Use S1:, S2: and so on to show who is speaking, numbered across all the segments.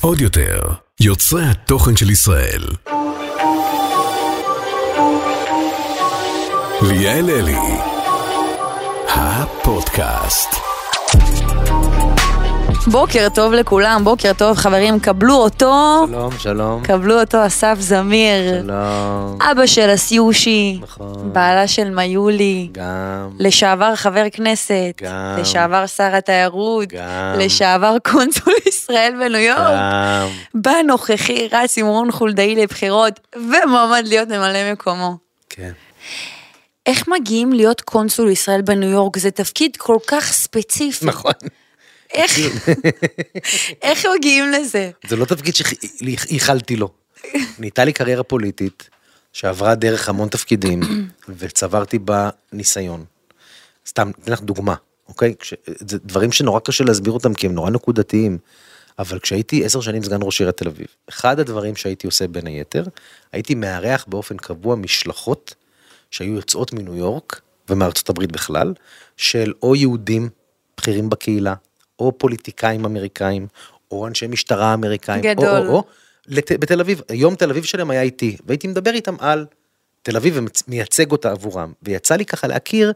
S1: עוד יותר, יוצרי התוכן של ישראל. ליאל אלי, הפודקאסט.
S2: בוקר טוב לכולם, בוקר טוב חברים, קבלו אותו,
S3: שלום, שלום.
S2: קבלו אותו אסף זמיר,
S3: שלום.
S2: אבא של אסיושי,
S3: נכון.
S2: בעלה של מיולי,
S3: גם.
S2: לשעבר חבר כנסת,
S3: גם.
S2: לשעבר שר התיירות,
S3: גם.
S2: לשעבר קונסול ישראל בניו יורק,
S3: גם.
S2: בנוכחי רץ עם רון חולדאי לבחירות, ומועמד להיות ממלא מקומו.
S3: כן.
S2: איך מגיעים להיות קונסול ישראל בניו יורק? זה תפקיד כל כך ספציפי.
S3: נכון.
S2: איך, איך מגיעים לזה?
S3: זה לא תפקיד שייחלתי לו. נהייתה לי קריירה פוליטית, שעברה דרך המון תפקידים, וצברתי בה ניסיון. סתם, אתן לך דוגמה, אוקיי? כש- זה דברים שנורא קשה להסביר אותם, כי הם נורא נקודתיים. אבל כשהייתי עשר שנים סגן ראש עיריית תל אביב, אחד הדברים שהייתי עושה בין היתר, הייתי מארח באופן קבוע משלחות שהיו יוצאות מניו יורק ומארצות הברית בכלל, של או יהודים בכירים בקהילה, או פוליטיקאים אמריקאים, או אנשי משטרה אמריקאים, או,
S2: גדול.
S3: או, או, לת... בתל אביב, יום תל אביב שלהם היה איתי, והייתי מדבר איתם על תל אביב ומייצג אותה עבורם, ויצא לי ככה להכיר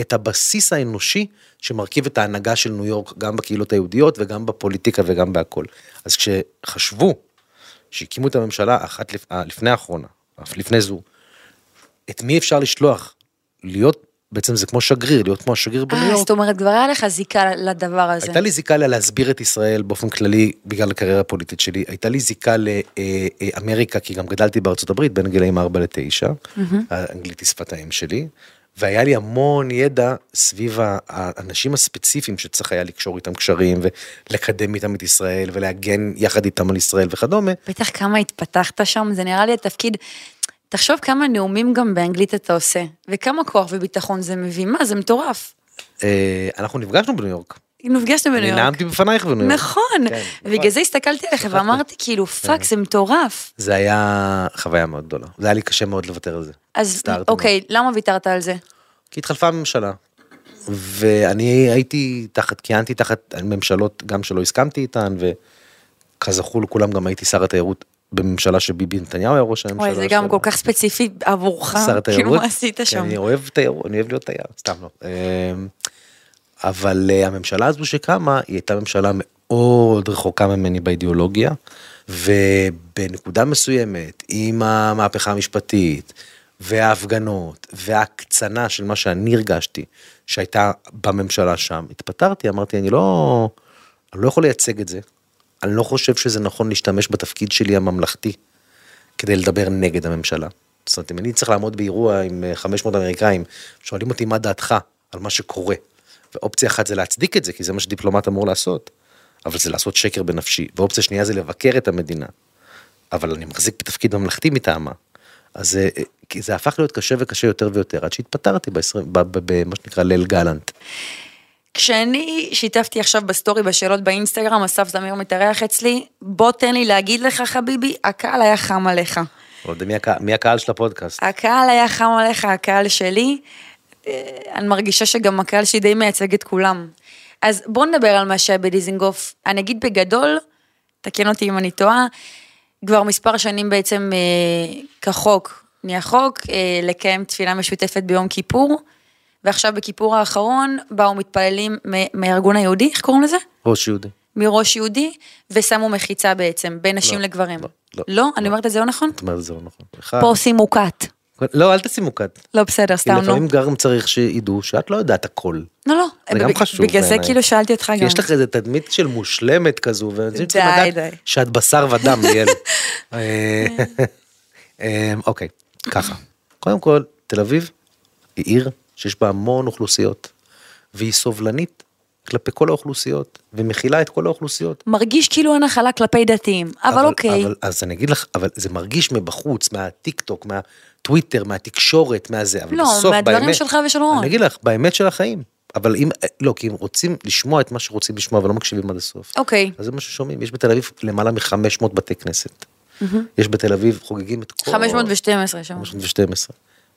S3: את הבסיס האנושי שמרכיב את ההנהגה של ניו יורק, גם בקהילות היהודיות וגם בפוליטיקה וגם בהכל. אז כשחשבו שהקימו את הממשלה אחת לפ... אה, לפני האחרונה, אף לפני זו, את מי אפשר לשלוח להיות, בעצם זה כמו שגריר, להיות כמו השגריר בניו
S2: אה,
S3: יורק.
S2: זאת אומרת, כבר היה לך זיקה לדבר הזה.
S3: הייתה לי זיקה לה- להסביר את ישראל באופן כללי בגלל הקריירה הפוליטית שלי, הייתה לי זיקה לאמריקה, כי גם גדלתי בארצות הברית בין גילאים 4 ל-9, האנגלית היא שפת האם שלי, והיה לי המון ידע סביב ה- האנשים הספציפיים שצריך היה לקשור איתם קשרים ולקדם איתם את ישראל ולהגן יחד איתם על ישראל וכדומה,
S2: בטח כמה התפתחת שם, זה נראה לי התפקיד. תחשוב כמה נאומים גם באנגלית אתה עושה, וכמה כוח וביטחון זה מביא, מה, זה מטורף. כאילו,
S3: אה, אנחנו נפגשנו בניו יורק,
S2: נפגשנו
S3: אני
S2: בניו יורק.
S3: נאמתי בפנייך בניו יורק.
S2: נכון,
S3: כן,
S2: בגלל
S3: נכון. כן.
S2: זה הסתכלתי עליך ואמרתי, כאילו, פאק, זה מטורף.
S3: זה היה חוויה מאוד גדולה, זה היה לי קשה מאוד לוותר על זה.
S2: אז
S3: הצטערתי מאוד.
S2: אוקיי, למה ויתרת על זה?
S3: כי התחלפה הממשלה. ואני הייתי תחת, כיהנתי תחת ממשלות גם שלא הסכמתי איתן, וכזכור לכולם גם הייתי שר התיירות בממשלה שביבי נתניהו היה ראש הממשלה.
S2: אוי, זה גם
S3: שלה.
S2: כל כך ספציפי עבורך,
S3: שר התיירות.
S2: כאילו, מה עשית
S3: כי
S2: שם?
S3: אני אוהב תיירות, אני אוהב להיות תייר, סתם לא. אמ, אבל אה, הממשלה הזו שקמה, היא הייתה ממשלה מאוד רחוקה ממני באידיאולוגיה, ובנקודה מסוימת, עם המהפכה המשפטית, וההפגנות, וההקצנה של מה שאני הרגשתי, שהייתה בממשלה שם, התפטרתי, אמרתי, אני לא, אני לא יכול לייצג את זה, אני לא חושב שזה נכון להשתמש בתפקיד שלי הממלכתי כדי לדבר נגד הממשלה. זאת אומרת, אם אני צריך לעמוד באירוע עם אה, 500 אמריקאים, שואלים אותי מה דעתך על מה שקורה. ואופציה אחת זה להצדיק את זה, כי זה מה שדיפלומט אמור לעשות. אבל זה לעשות שקר בנפשי. ואופציה שנייה זה לבקר את המדינה. אבל אני מחזיק בתפקיד ממלכתי מטעמה. אז זה, אה, כי זה הפך להיות קשה וקשה יותר ויותר, עד שהתפטרתי ב-20 ב- ב- במה שנקרא ליל גלנט.
S2: כשאני שיתפתי עכשיו בסטורי בשאלות באינסטגרם, אסף זמיר מתארח אצלי, בוא תן לי להגיד לך, חביבי, הקהל היה חם עליך.
S3: לא יודע מי, הקה, מי הקהל של הפודקאסט.
S2: הקהל היה חם עליך, הקהל שלי. אה, אני מרגישה שגם הקהל שלי די מייצג את כולם. אז בואו נדבר על מה שהיה בדיזינגוף. אני אגיד בגדול, תקן אותי אם אני טועה, כבר מספר שנים בעצם אה, כחוק, נהיה חוק, אה, לקיים תפילה משותפת ביום כיפור, ועכשיו בכיפור האחרון באו מתפללים מ- מהארגון היהודי, איך קוראים לזה?
S3: ראש יהודי.
S2: מראש יהודי, ושמו מחיצה בעצם, בין נשים
S3: לא,
S2: לגברים.
S3: לא, לא,
S2: לא? אני אומרת את זה לא נכון?
S3: זאת אומרת, זה לא נכון.
S2: פה עושים מוקת.
S3: לא, אל תשימו כת.
S2: לא בסדר,
S3: כי
S2: סתם לא.
S3: לפעמים גם צריך שידעו שאת לא יודעת הכל.
S2: לא, לא.
S3: זה גם חשוב
S2: בגלל זה
S3: בעיניי.
S2: כאילו שאלתי אותך
S3: כי
S2: גם.
S3: יש לך איזה תדמית של מושלמת כזו, ואנשים
S2: די,
S3: צריכים לדעת
S2: די.
S3: שאת בשר ודם, ליאל. אה, אה, אוקיי, ככה. קודם כל, תל אביב היא עיר שיש בה המון אוכלוסיות, והיא סובלנית כלפי כל האוכלוסיות, ומכילה את כל האוכלוסיות.
S2: מרגיש כאילו אין הכלה כלפי דתיים, אבל אוקיי.
S3: אבל, אז אני אגיד לך, אבל זה מרגיש מבחוץ, מהטיק טוק, מהטוויטר, מהתקשורת, מהזה, אבל
S2: לא,
S3: בסוף, באמת...
S2: מהדברים שלך ושל רון.
S3: אני אגיד לך, באמת של החיים. אבל אם, לא, כי אם רוצים לשמוע את מה שרוצים לשמוע ולא מקשיבים עד הסוף.
S2: אוקיי.
S3: אז זה מה ששומעים, יש בתל אביב למעלה מ-500 בתי כנסת. יש בתל אביב, חוגגים את כל...
S2: 512 שם.
S3: 512.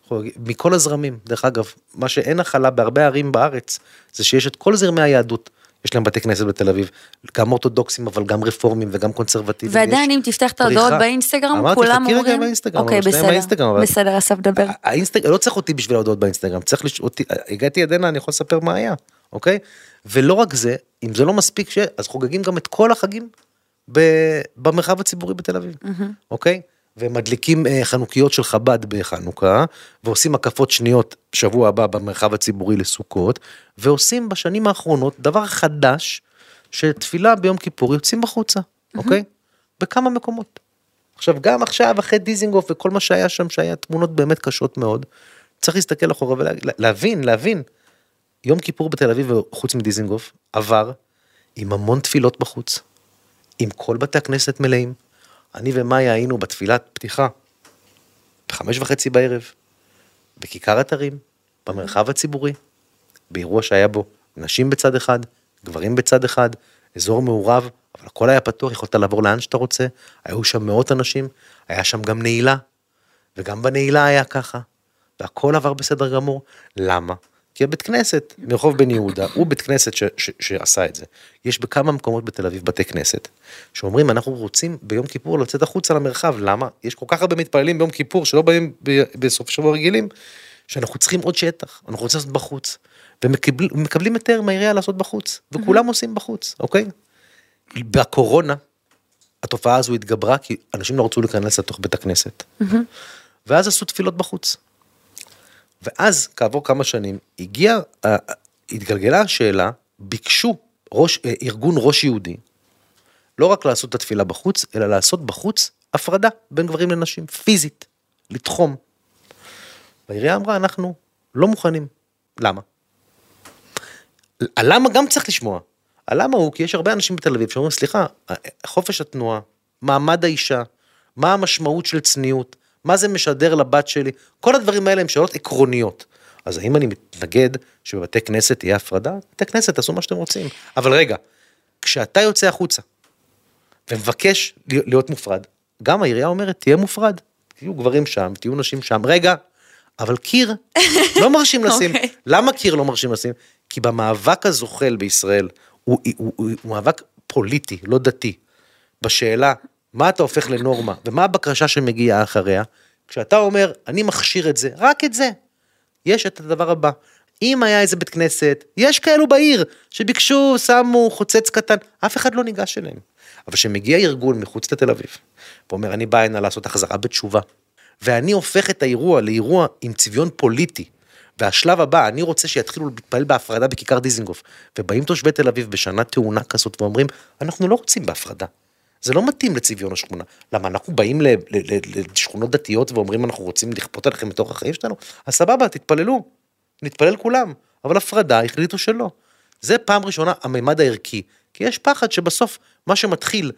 S3: חוגג- מכל הזרמים, דרך אגב, מה שאין הכלה בהרבה ערים בארץ, זה שיש את כל זרמי היהדות. יש להם בתי כנסת בתל אביב, גם אורתודוקסים, אבל גם רפורמים וגם קונסרבטיבים.
S2: ועדיין,
S3: יש
S2: אם תפתח את ההודעות
S3: פריחה.
S2: באינסטגרם,
S3: אמרתי,
S2: כולם
S3: חכי רגע
S2: אומרים-
S3: עם האינסטגרם,
S2: אוקיי,
S3: אבל שנייה עם
S2: בסדר.
S3: האינסטגרם, אבל-
S2: בסדר, אסף, דבר.
S3: האינסטגרם, לא צריך אותי בשביל ההודעות באינסטגרם, צריך לש... אותי, הגעתי עד הנה, אני יכול לספר מה היה, אוקיי? ולא רק זה, אם זה לא מספיק, ש... אז חוגגים גם את כל החגים ב... במרחב הציבורי בתל אביב, אוקיי? ומדליקים אה, חנוכיות של חב"ד בחנוכה, ועושים הקפות שניות שבוע הבא במרחב הציבורי לסוכות, ועושים בשנים האחרונות דבר חדש, שתפילה ביום כיפור יוצאים בחוצה, אוקיי? בכמה מקומות. עכשיו, גם עכשיו, אחרי דיזינגוף וכל מה שהיה שם, שהיה תמונות באמת קשות מאוד, צריך להסתכל אחורה ולהבין, להבין. יום כיפור בתל אביב, חוץ מדיזינגוף, עבר עם המון תפילות בחוץ, עם כל בתי הכנסת מלאים. אני ומאיה היינו בתפילת פתיחה, בחמש וחצי בערב, בכיכר אתרים, במרחב הציבורי, באירוע שהיה בו נשים בצד אחד, גברים בצד אחד, אזור מעורב, אבל הכל היה פתוח, יכולת לעבור לאן שאתה רוצה, היו שם מאות אנשים, היה שם גם נעילה, וגם בנעילה היה ככה, והכל עבר בסדר גמור. למה? כי הבית כנסת מרחוב בן יהודה הוא בית כנסת ש- ש- שעשה את זה. יש בכמה מקומות בתל אביב בתי כנסת, שאומרים אנחנו רוצים ביום כיפור לצאת החוצה למרחב, למה? יש כל כך הרבה מתפללים ביום כיפור שלא באים ב- בסוף שבוע רגילים, שאנחנו צריכים עוד שטח, אנחנו רוצים לעשות בחוץ. ומקבלים היתר מהעירייה לעשות בחוץ, וכולם עושים בחוץ, אוקיי? בקורונה, התופעה הזו התגברה כי אנשים לא רצו להיכנס לתוך בית הכנסת. ואז עשו תפילות בחוץ. ואז כעבור כמה שנים הגיעה, אה, התגלגלה השאלה, ביקשו ראש, אה, ארגון ראש יהודי, לא רק לעשות את התפילה בחוץ, אלא לעשות בחוץ הפרדה בין גברים לנשים, פיזית, לתחום. והעירייה אמרה, אנחנו לא מוכנים. למה? הלמה גם צריך לשמוע. הלמה הוא, כי יש הרבה אנשים בתל אביב שאומרים, סליחה, חופש התנועה, מעמד האישה, מה המשמעות של צניעות, מה זה משדר לבת שלי, כל הדברים האלה הם שאלות עקרוניות. אז האם אני מתנגד שבבתי כנסת תהיה הפרדה? בתי כנסת, תעשו מה שאתם רוצים. אבל רגע, כשאתה יוצא החוצה ומבקש להיות מופרד, גם העירייה אומרת, תהיה מופרד. תהיו גברים שם, תהיו נשים שם. רגע, אבל קיר לא מרשים לשים.
S2: אוקיי.
S3: למה קיר לא מרשים לשים? כי במאבק הזוחל בישראל, הוא, הוא, הוא, הוא מאבק פוליטי, לא דתי. בשאלה, מה אתה הופך לנורמה, ומה הבקשה שמגיעה אחריה, כשאתה אומר, אני מכשיר את זה, רק את זה, יש את הדבר הבא. אם היה איזה בית כנסת, יש כאלו בעיר שביקשו, שמו חוצץ קטן, אף אחד לא ניגש אליהם. אבל כשמגיע ארגון מחוץ לתל אביב, ואומר, אני בא הנה לעשות החזרה בתשובה, ואני הופך את האירוע לאירוע עם צביון פוליטי, והשלב הבא, אני רוצה שיתחילו להתפלל בהפרדה בכיכר דיזינגוף, ובאים תושבי תל אביב בשנה תאונה כזאת ואומרים, אנחנו לא רוצים בהפרדה. זה לא מתאים לצביון השכונה. למה, אנחנו באים ל- ל- ל- לשכונות דתיות ואומרים, אנחנו רוצים לכפות עליכם לתוך החיים שלנו? אז סבבה, תתפללו, נתפלל כולם. אבל הפרדה, החליטו שלא. זה פעם ראשונה המימד הערכי, כי יש פחד שבסוף מה שמתחיל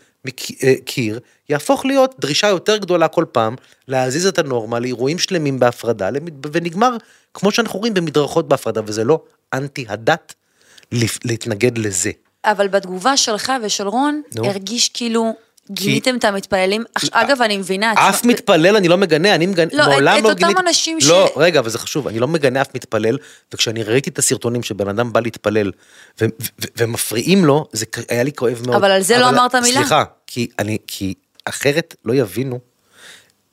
S3: מקיר יהפוך להיות דרישה יותר גדולה כל פעם, להזיז את הנורמה לאירועים שלמים בהפרדה, למד- ונגמר, כמו שאנחנו רואים, במדרכות בהפרדה, וזה לא אנטי הדת לפ- להתנגד לזה.
S2: אבל בתגובה שלך ושל רון,
S3: אה. נו. אה,
S2: הרגיש כאילו גיניתם את המתפללים. אך- אגב, אני מבינה.
S3: אף
S2: תשמע,
S3: מתפלל אני לא מגנה, אני מגנה,
S2: לא, את-
S3: מעולם
S2: את
S3: לא
S2: אותם
S3: גיניתי.
S2: אנשים ש-
S3: לא, רגע, אבל זה חשוב, אני לא מגנה אף מתפלל, וכשאני ראיתי את הסרטונים שבן אדם בא להתפלל, ו- ו- ו- ומפריעים לו, זה ק- היה לי כואב מאוד.
S2: אבל על זה לא אמרת מילה.
S3: סליחה, כי אני, כי אחרת לא יבינו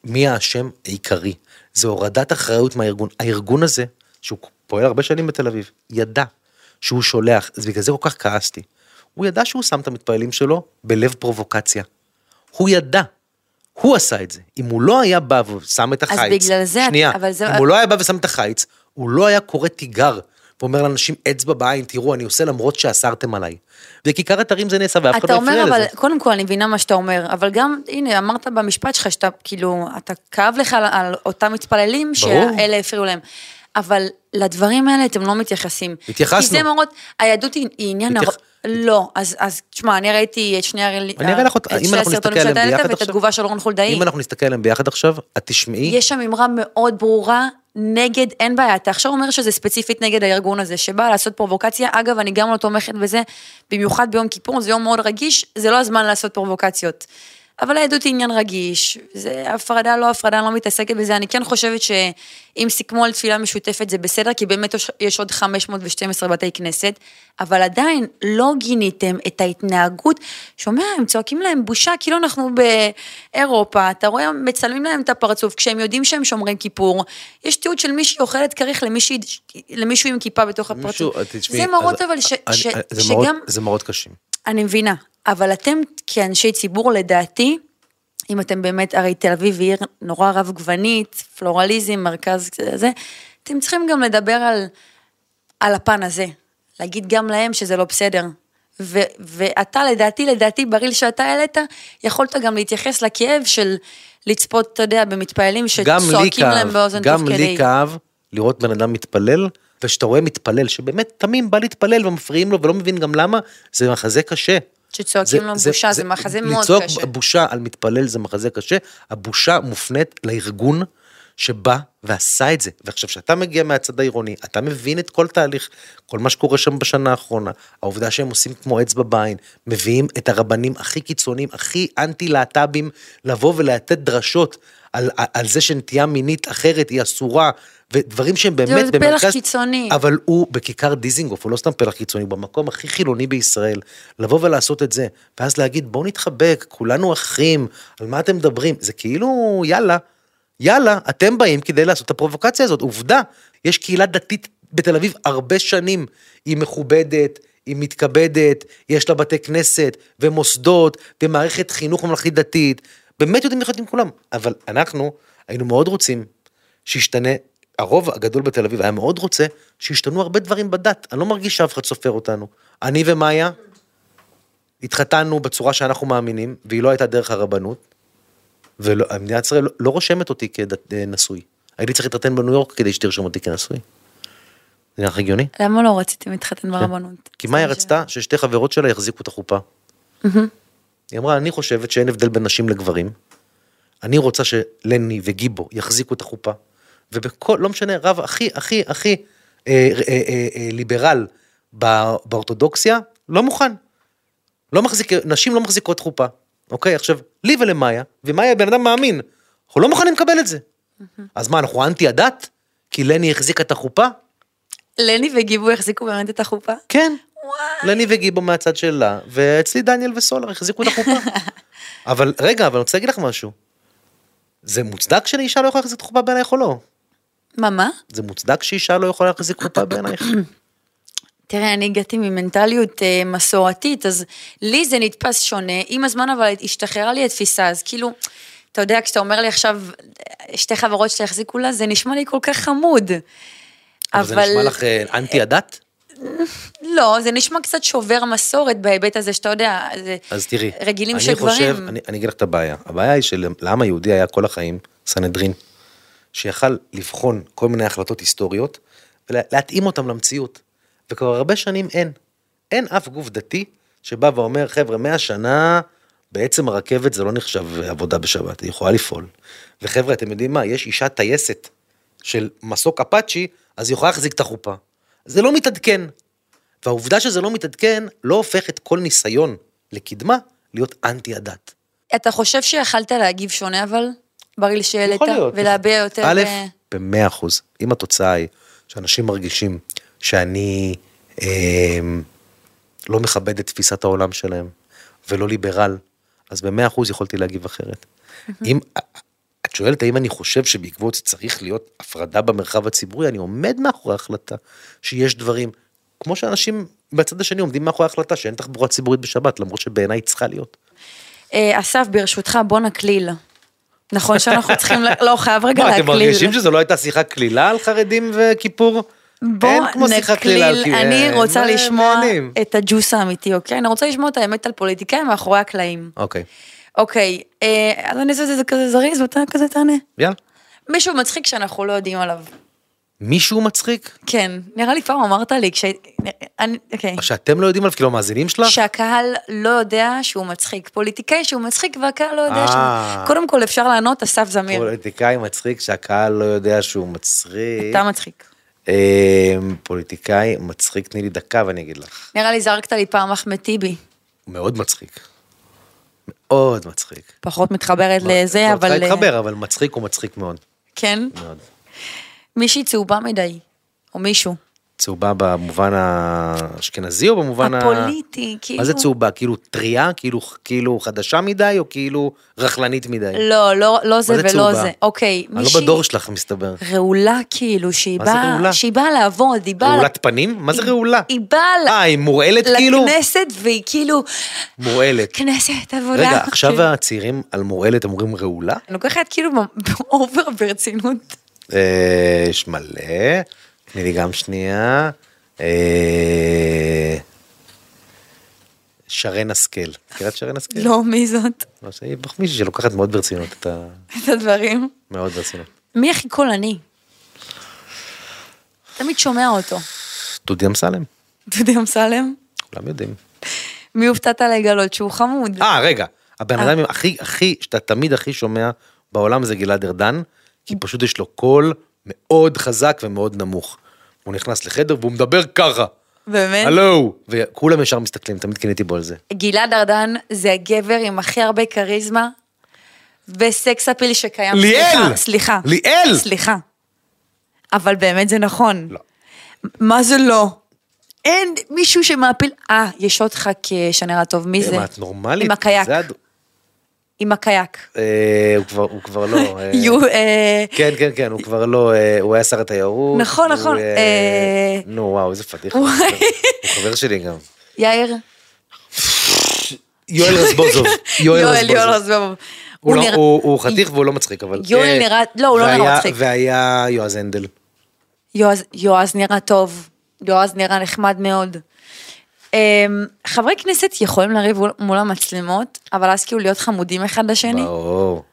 S3: מי האשם העיקרי. זה הורדת אחריות מהארגון. הארגון הזה, שהוא פועל הרבה שנים בתל אביב, ידע שהוא שולח, אז בגלל זה כל כך כעסתי. הוא ידע שהוא שם את המתפללים שלו בלב פרובוקציה. הוא ידע. הוא עשה את זה. אם הוא לא היה בא ושם את החיץ...
S2: בגלל זה-
S3: שנייה,
S2: אבל זה-
S3: אם הוא לא היה בא ושם את החיץ, הוא לא היה קורא תיגר. ואומר לאנשים אצבע בעין, תראו, אני עושה למרות שאסרתם עליי. בכיכר אתרים זה נעשה, ואף אחד
S2: אתה
S3: לא הפריע
S2: אומר,
S3: לזה.
S2: אבל, קודם כל, אני מבינה מה שאתה אומר, אבל גם, הנה, אמרת במשפט שלך, שאתה, כאילו, אתה כאב לך על, על אותם מתפללים,
S3: ברור.
S2: שאלה הפריעו להם. אבל לדברים האלה אתם לא מתייחסים.
S3: התייחסנו.
S2: כי זה מראות, היהדות היא, היא עניין...
S3: התייח-
S2: הר... לא, אז, אז תשמע, אני ראיתי את שני הרי...
S3: אני אראה לך אותה,
S2: את
S3: אם
S2: שני
S3: אנחנו
S2: הסרטונים
S3: נסתכל עליהם
S2: שאתה העלית
S3: ביחד
S2: ואת
S3: עכשיו,
S2: התגובה של רון חולדאי.
S3: אם אנחנו נסתכל עליהם ביחד עכשיו, את תשמעי,
S2: יש שם אמרה מאוד ברורה, נגד, אין בעיה. אתה עכשיו אומר שזה ספציפית נגד הארגון הזה, שבא לעשות פרובוקציה. אגב, אני גם לא תומכת בזה, במיוחד ביום כיפור, זה יום מאוד רגיש, זה לא הזמן לעשות פרובוקציות. אבל העדות היא עניין רגיש, זה הפרדה, לא הפרדה, אני לא מתעסקת בזה. אני כן חושבת שאם סיכמו על תפילה משותפת זה בסדר, כי באמת יש עוד 512 בתי כנסת, אבל עדיין לא גיניתם את ההתנהגות. שומע, הם צועקים להם בושה, כאילו אנחנו באירופה, אתה רואה, מצלמים להם את הפרצוף, כשהם יודעים שהם שומרים כיפור. יש תיעוד של מישהי אוכלת כריך למישהי- למישהו עם כיפה בתוך הפרצוף.
S3: מישהו, אה, תשמעי,
S2: זה
S3: אז-
S2: מראות אבל ש-
S3: אני- אה,
S2: ש-
S3: זה מראות-
S2: שגם...
S3: זה מראות קשים.
S2: אני מבינה, אבל אתם כאנשי ציבור, לדעתי, אם אתם באמת, הרי תל אביב היא עיר נורא רב גוונית, פלורליזם, מרכז זה, אתם צריכים גם לדבר על, על הפן הזה, להגיד גם להם שזה לא בסדר. ו- ואתה לדעתי, לדעתי, בריל שאתה העלית, יכולת גם להתייחס לכאב של לצפות, אתה יודע, במתפללים
S3: גם לי
S2: שצועקים להם
S3: כאב,
S2: באוזן
S3: גם
S2: תוך כדי.
S3: לי כאב לראות בן אדם מתפלל, וכשאתה רואה מתפלל שבאמת תמים בא להתפלל ומפריעים לו ולא מבין גם למה, זה מחזה קשה.
S2: שצועקים לו בושה, זה מחזה מאוד קשה.
S3: לצעוק בושה על מתפלל זה מחזה קשה, הבושה מופנית לארגון שבא ועשה את זה. ועכשיו, כשאתה מגיע מהצד העירוני, אתה מבין את כל תהליך, כל מה שקורה שם בשנה האחרונה, העובדה שהם עושים כמו אצבע בעין, מביאים את הרבנים הכי קיצוניים, הכי אנטי-להט"בים, לבוא ולתת דרשות על, על זה שנטייה מינית אחרת היא אסורה, ודברים שהם באמת
S2: זה פלח קיצוני.
S3: אבל אבל הוא בכיכר דיזינגוף, הוא לא סתם פלח קיצוני, הוא במקום הכי חילוני בישראל. לבוא ולעשות את זה, ואז להגיד, בואו נתחבק, כולנו אחים, על מה אתם מדברים? זה כאילו, יאללה, יאללה, אתם באים כדי לעשות את הפרובוקציה הזאת. עובדה, יש קהילה דתית בתל אביב הרבה שנים, היא מכובדת. היא מתכבדת, יש לה בתי כנסת ומוסדות ומערכת חינוך ממלכתית דתית, באמת יודעים לחיות עם כולם. אבל אנחנו היינו מאוד רוצים שישתנה, הרוב הגדול בתל אביב היה מאוד רוצה שישתנו הרבה דברים בדת, אני לא מרגיש שאף אחד סופר אותנו. אני ומאיה התחתנו בצורה שאנחנו מאמינים, והיא לא הייתה דרך הרבנות, ומדינת ישראל לא- לא רושמת אותי כנשוי. הייתי צריך להתחתן בניו יורק כדי שתרשום אותי כנשוי. זה נראה לך הגיוני?
S2: למה לא רציתם להתחתן ברבנות?
S3: כן. כי מאיה רצתה ששתי חברות שלה יחזיקו את החופה. היא אמרה, אני חושבת שאין הבדל בין נשים לגברים. אני רוצה שלני וגיבו יחזיקו את החופה. ובכל, לא משנה, רב הכי, הכי, הכי אה, אה, אה, אה, ליברל בא- באורתודוקסיה, לא מוכן. לא מחזיק, נשים לא מחזיקות חופה. אוקיי, עכשיו, לי ולמאיה, ומאיה בן אדם מאמין, אנחנו לא מוכנים לקבל את זה. אז מה, אנחנו אנטי הדת? כי לני החזיקה את החופה?
S2: לני וגיבו החזיקו באמת את החופה?
S3: כן. לני וגיבו מהצד שלה, ואצלי דניאל וסולר החזיקו את החופה. אבל רגע, אבל אני רוצה להגיד לך משהו. זה מוצדק שאישה לא יכולה להחזיק חופה בעינייך או לא?
S2: מה, מה?
S3: זה מוצדק שאישה לא יכולה להחזיק חופה בעינייך?
S2: תראה, אני הגעתי ממנטליות אה, מסורתית, אז לי זה נתפס שונה. עם הזמן אבל השתחררה לי התפיסה, אז כאילו, אתה יודע, כשאתה אומר לי עכשיו, אה, שתי חברות שאתה יחזיקו לה, זה נשמע לי כל כך חמוד.
S3: אבל זה נשמע לך אה, אנטי הדת?
S2: לא, זה נשמע קצת שובר מסורת בהיבט הזה, שאתה יודע, זה...
S3: אז תראי,
S2: רגילים
S3: אני
S2: שגברים...
S3: חושב, אני, אני אגיד לך את הבעיה. הבעיה היא שלעם היהודי היה כל החיים סנהדרין, שיכל לבחון כל מיני החלטות היסטוריות ולהתאים אותם למציאות. וכבר הרבה שנים אין. אין אף גוף דתי שבא ואומר, חבר'ה, 100 שנה בעצם הרכבת זה לא נחשב עבודה בשבת, היא יכולה לפעול. וחבר'ה, אתם יודעים מה, יש אישה טייסת של מסוק אפאצ'י, אז היא יכולה להחזיק את החופה. זה לא מתעדכן. והעובדה שזה לא מתעדכן, לא הופך את כל ניסיון לקדמה להיות אנטי הדת.
S2: אתה חושב שיכלת להגיב שונה, אבל? בריל שהעלית,
S3: יכול להיות.
S2: ולהביע יותר...
S3: א',
S2: אה,
S3: במאה אחוז. אם התוצאה היא שאנשים מרגישים שאני אה, לא מכבד את תפיסת העולם שלהם, ולא ליברל, אז במאה אחוז יכולתי להגיב אחרת. אם... אה, את שואלת האם אני חושב שבעקבות זה צריך להיות הפרדה במרחב הציבורי, אני עומד מאחורי ההחלטה שיש דברים, כמו שאנשים בצד השני עומדים מאחורי ההחלטה שאין תחבורה ציבורית בשבת, למרות שבעיניי היא צריכה להיות.
S2: אה, אסף, ברשותך, בוא נקליל. נכון שאנחנו צריכים, ל- לא, חייב רגע
S3: מה,
S2: להקליל.
S3: אתם מרגישים שזו לא הייתה שיחה קלילה על חרדים וכיפור?
S2: בוא
S3: אין כמו שיחה קלילה על
S2: נקליל,
S3: כיפור.
S2: אני
S3: אה,
S2: רוצה
S3: מה,
S2: לשמוע
S3: נהנים.
S2: את הג'וס האמיתי, אוקיי? אני רוצה לשמוע את האמת על פוליטיקאים מאחורי הקלעים.
S3: אוקיי,
S2: אוקיי, אה, אז אני אעשה את זה כזה זריז ואתה כזה תענה.
S3: יאללה.
S2: מישהו מצחיק שאנחנו לא יודעים עליו.
S3: מישהו מצחיק?
S2: כן, נראה לי פעם אמרת לי, כש... אני- אוקיי.
S3: שאתם לא יודעים עליו, כאילו המאזינים שלך?
S2: שהקהל לא יודע שהוא מצחיק. פוליטיקאי שהוא מצחיק והקהל לא יודע
S3: אה.
S2: שהוא... קודם כל אפשר לענות, אסף זמיר.
S3: פוליטיקאי מצחיק שהקהל לא יודע שהוא מצחיק.
S2: אתה מצחיק.
S3: אה, פוליטיקאי מצחיק, תני לי דקה ואני אגיד לך.
S2: נראה לי זרקת לי פעם אחמד טיבי.
S3: הוא מאוד מצחיק. מאוד מצחיק.
S2: פחות מתחברת
S3: לא
S2: לזה, אה, אבל...
S3: צריכה להתחבר, אבל מצחיק הוא מצחיק מאוד.
S2: כן.
S3: מאוד.
S2: מישהי צהובה מדי, או מישהו.
S3: צהובה במובן האשכנזי או במובן
S2: הפוליטי, כאילו.
S3: מה זה צהובה? כאילו טריה? כאילו, כאילו חדשה מדי או כאילו רכלנית מדי?
S2: לא, לא, לא זה
S3: מה זה
S2: ולא
S3: צהובה?
S2: זה. אוקיי,
S3: אני
S2: מישהי
S3: לא בדור שלך מסתבר.
S2: רעולה כאילו, שהיא
S3: מה זה
S2: באה
S3: רעולה?
S2: שהיא באה לעבוד, היא באה...
S3: רעולת פנים? מה זה
S2: היא-
S3: רעולה?
S2: היא באה ל-
S3: אה, היא מורעלת כאילו?
S2: לכנסת, והיא כאילו,
S3: מורעלת.
S2: כנסת עבודה.
S3: רגע, עכשיו
S2: כאילו.
S3: הצעירים על מורעלת אומרים רעולה?
S2: אני לוקחת כאילו אובר ברצינות.
S3: אה, יש מלא. תני לי גם שנייה. אה, שרן השכל. מכירה את שרן השכל?
S2: לא, מי זאת?
S3: לא, שהיא בח- מישהי שלוקחת מאוד ברצינות את ה...
S2: את הדברים.
S3: מאוד ברצינות.
S2: מי הכי קולני? תמיד שומע אותו.
S3: דודי אמסלם,
S2: דודי אמסלם?
S3: כולם יודעים.
S2: מי הופתעת לגלות שהוא חמוד?
S3: אה, רגע, הבן אדם הכי, הכי, שאתה תמיד הכי שומע בעולם זה גלעד ארדן, כי פשוט יש לו קול מאוד חזק ומאוד נמוך. הוא נכנס לחדר והוא מדבר ככה,
S2: באמת?
S3: הלו, וכולם ישר מסתכלים, תמיד קניתי בו על זה.
S2: גלעד ארדן זה הגבר עם הכי הרבה כריזמה וסקס אפיל שקיים.
S3: ליאל!
S2: סליחה, סליחה.
S3: ליאל!
S2: סליחה. אבל באמת זה נכון.
S3: לא.
S2: מה זה לא? אין מישהו שמעפיל... אה, יש אותך כשנראה טוב, מי זה?
S3: אה, מה, את נורמלית?
S2: עם הקייק,
S3: זה הד-
S2: עם הקייק.
S3: אה, הוא כבר- הוא כבר לא... אה,
S2: יו, אה,
S3: כן, כן, כן, הוא כבר לא, אה, הוא היה שר התיירות.
S2: נכון,
S3: הוא,
S2: נכון,
S3: אה,
S2: אה,
S3: נו, וואו, איזה פדיחה. הוא
S2: וואי.
S3: חבר שלי גם.
S2: יאיר?
S3: יואל רזבוזוב.
S2: יואל, יואל רזבוב.
S3: הוא,
S2: הוא
S3: לא,
S2: נראה-
S3: הוא, הוא חתיך והוא לא מצחיק, אבל...
S2: יואל נראה- לא, הוא לא נראה
S3: והיה-
S2: מצחיק.
S3: והיה יועז הנדל.
S2: יועז- יועז נראה טוב, יועז נראה נחמד מאוד. אמ, חברי כנסת יכולים לריב מול- מול המצלמות, אבל אז כאילו להיות חמודים אחד לשני.
S3: ברור.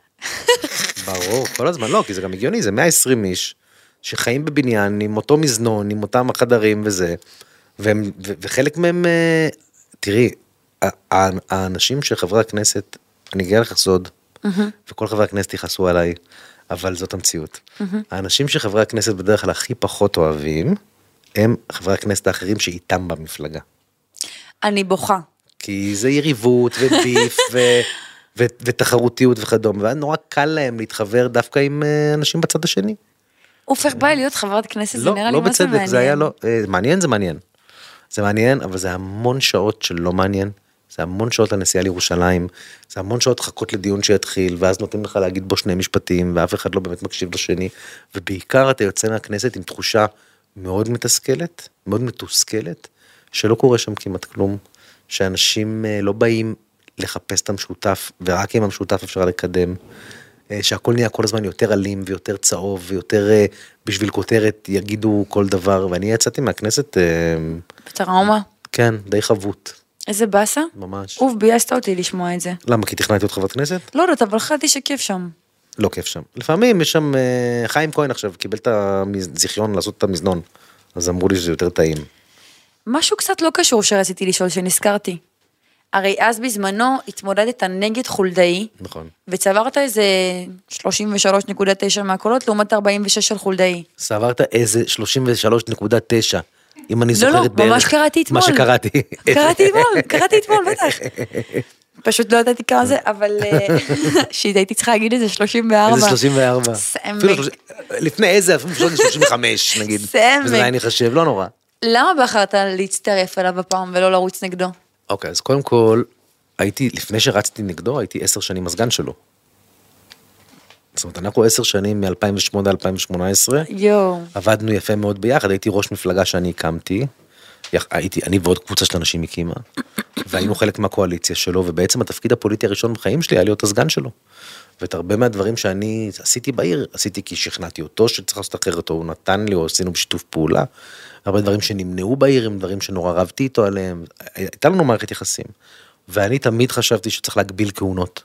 S3: ברור, כל הזמן לא, כי זה גם הגיוני, זה 120 איש שחיים בבניין עם אותו מזנון, עם אותם החדרים וזה, והם, ו, וחלק מהם, אה, תראי, ה- ה- האנשים של חברי הכנסת, אני אגלה לך סוד, וכל חברי הכנסת יכעסו עליי, אבל זאת המציאות. האנשים שחברי הכנסת בדרך כלל הכי פחות אוהבים, הם חברי הכנסת האחרים שאיתם במפלגה.
S2: אני בוכה.
S3: כי זה יריבות וביף ו, ו, ותחרותיות וכדומה, והיה נורא קל להם להתחבר דווקא עם אה, אנשים בצד השני.
S2: הופך בא להיות חברת כנסת, זה
S3: לא,
S2: נראה לי
S3: לא
S2: מה זה
S3: בצדק,
S2: מעניין.
S3: זה היה לא, אה, מעניין זה מעניין. זה מעניין, אבל זה המון שעות של לא מעניין. זה המון שעות לנסיעה לירושלים, זה המון שעות לחכות לדיון שיתחיל, ואז נותנים לך להגיד בו שני משפטים, ואף אחד לא באמת מקשיב לשני, ובעיקר אתה יוצא מהכנסת עם תחושה מאוד מתסכלת, מאוד מתוסכלת, שלא קורה שם כמעט כלום, שאנשים אה, לא באים לחפש את המשותף, ורק עם המשותף אפשר לקדם, אה, שהכל נהיה כל הזמן יותר אלים ויותר צהוב ויותר אה, בשביל כותרת יגידו כל דבר, ואני יצאתי מהכנסת, אה,
S2: בטראומה.
S3: כן, די חבוט,
S2: איזה באסה?
S3: ממש.
S2: אוף, ביאסת אותי לשמוע את זה.
S3: למה? כי תכננתי להיות חברת כנסת?
S2: לא יודעת, אבל חשבתי שכיף שם.
S3: לא כיף שם. לפעמים יש שם, אה, חיים כהן עכשיו קיבל את הזיכיון לעשות את המזנון, אז אמרו לי שזה יותר טעים.
S2: משהו קצת לא קשור שרציתי לשאול, שנזכרתי. הרי אז בזמנו התמודדת נגד חולדאי,
S3: נכון.
S2: וצברת איזה 33.9 מהקולות לעומת 46 של חולדאי.
S3: סברת איזה 33.9, אם אני
S2: לא,
S3: זוכרת
S2: לא,
S3: בערך.
S2: ממש קראתי אתמול.
S3: מה שקראתי.
S2: קראתי אתמול, קראתי אתמול, בטח. פשוט לא ידעתי כמה זה, אבל אה, שיט, הייתי צריכה להגיד איזה 34.
S3: איזה 34.
S2: סמק.
S3: אפילו שלוש- לפני איזה, אפילו שלוש- 35 נגיד.
S2: סמק.
S3: וזה היה נחשב, לא נורא.
S2: למה בחרת להצטרף אליו הפעם ולא לרוץ נגדו?
S3: אוקיי, אז קודם כל, הייתי, לפני שרצתי נגדו, הייתי עשר שנים הסגן שלו. זאת אומרת, אנחנו עשר שנים מ-2008 2018.
S2: יואו.
S3: עבדנו יפה מאוד ביחד, הייתי ראש מפלגה שאני הקמתי, יח- הייתי, אני ועוד קבוצה של אנשים הקימה, והיינו חלק מהקואליציה שלו, ובעצם התפקיד הפוליטי הראשון בחיים שלי היה להיות הסגן שלו. ואת הרבה מהדברים שאני עשיתי בעיר, עשיתי כי שכנעתי אותו שצריך לעשות אחרת, או הוא נתן לי, או עשינו בשיתוף פעולה. הרבה דברים שנמנעו בעיר הם דברים שנורא רבתי איתו עליהם, הייתה לנו מערכת יחסים. ואני תמיד חשבתי שצריך להגביל כהונות,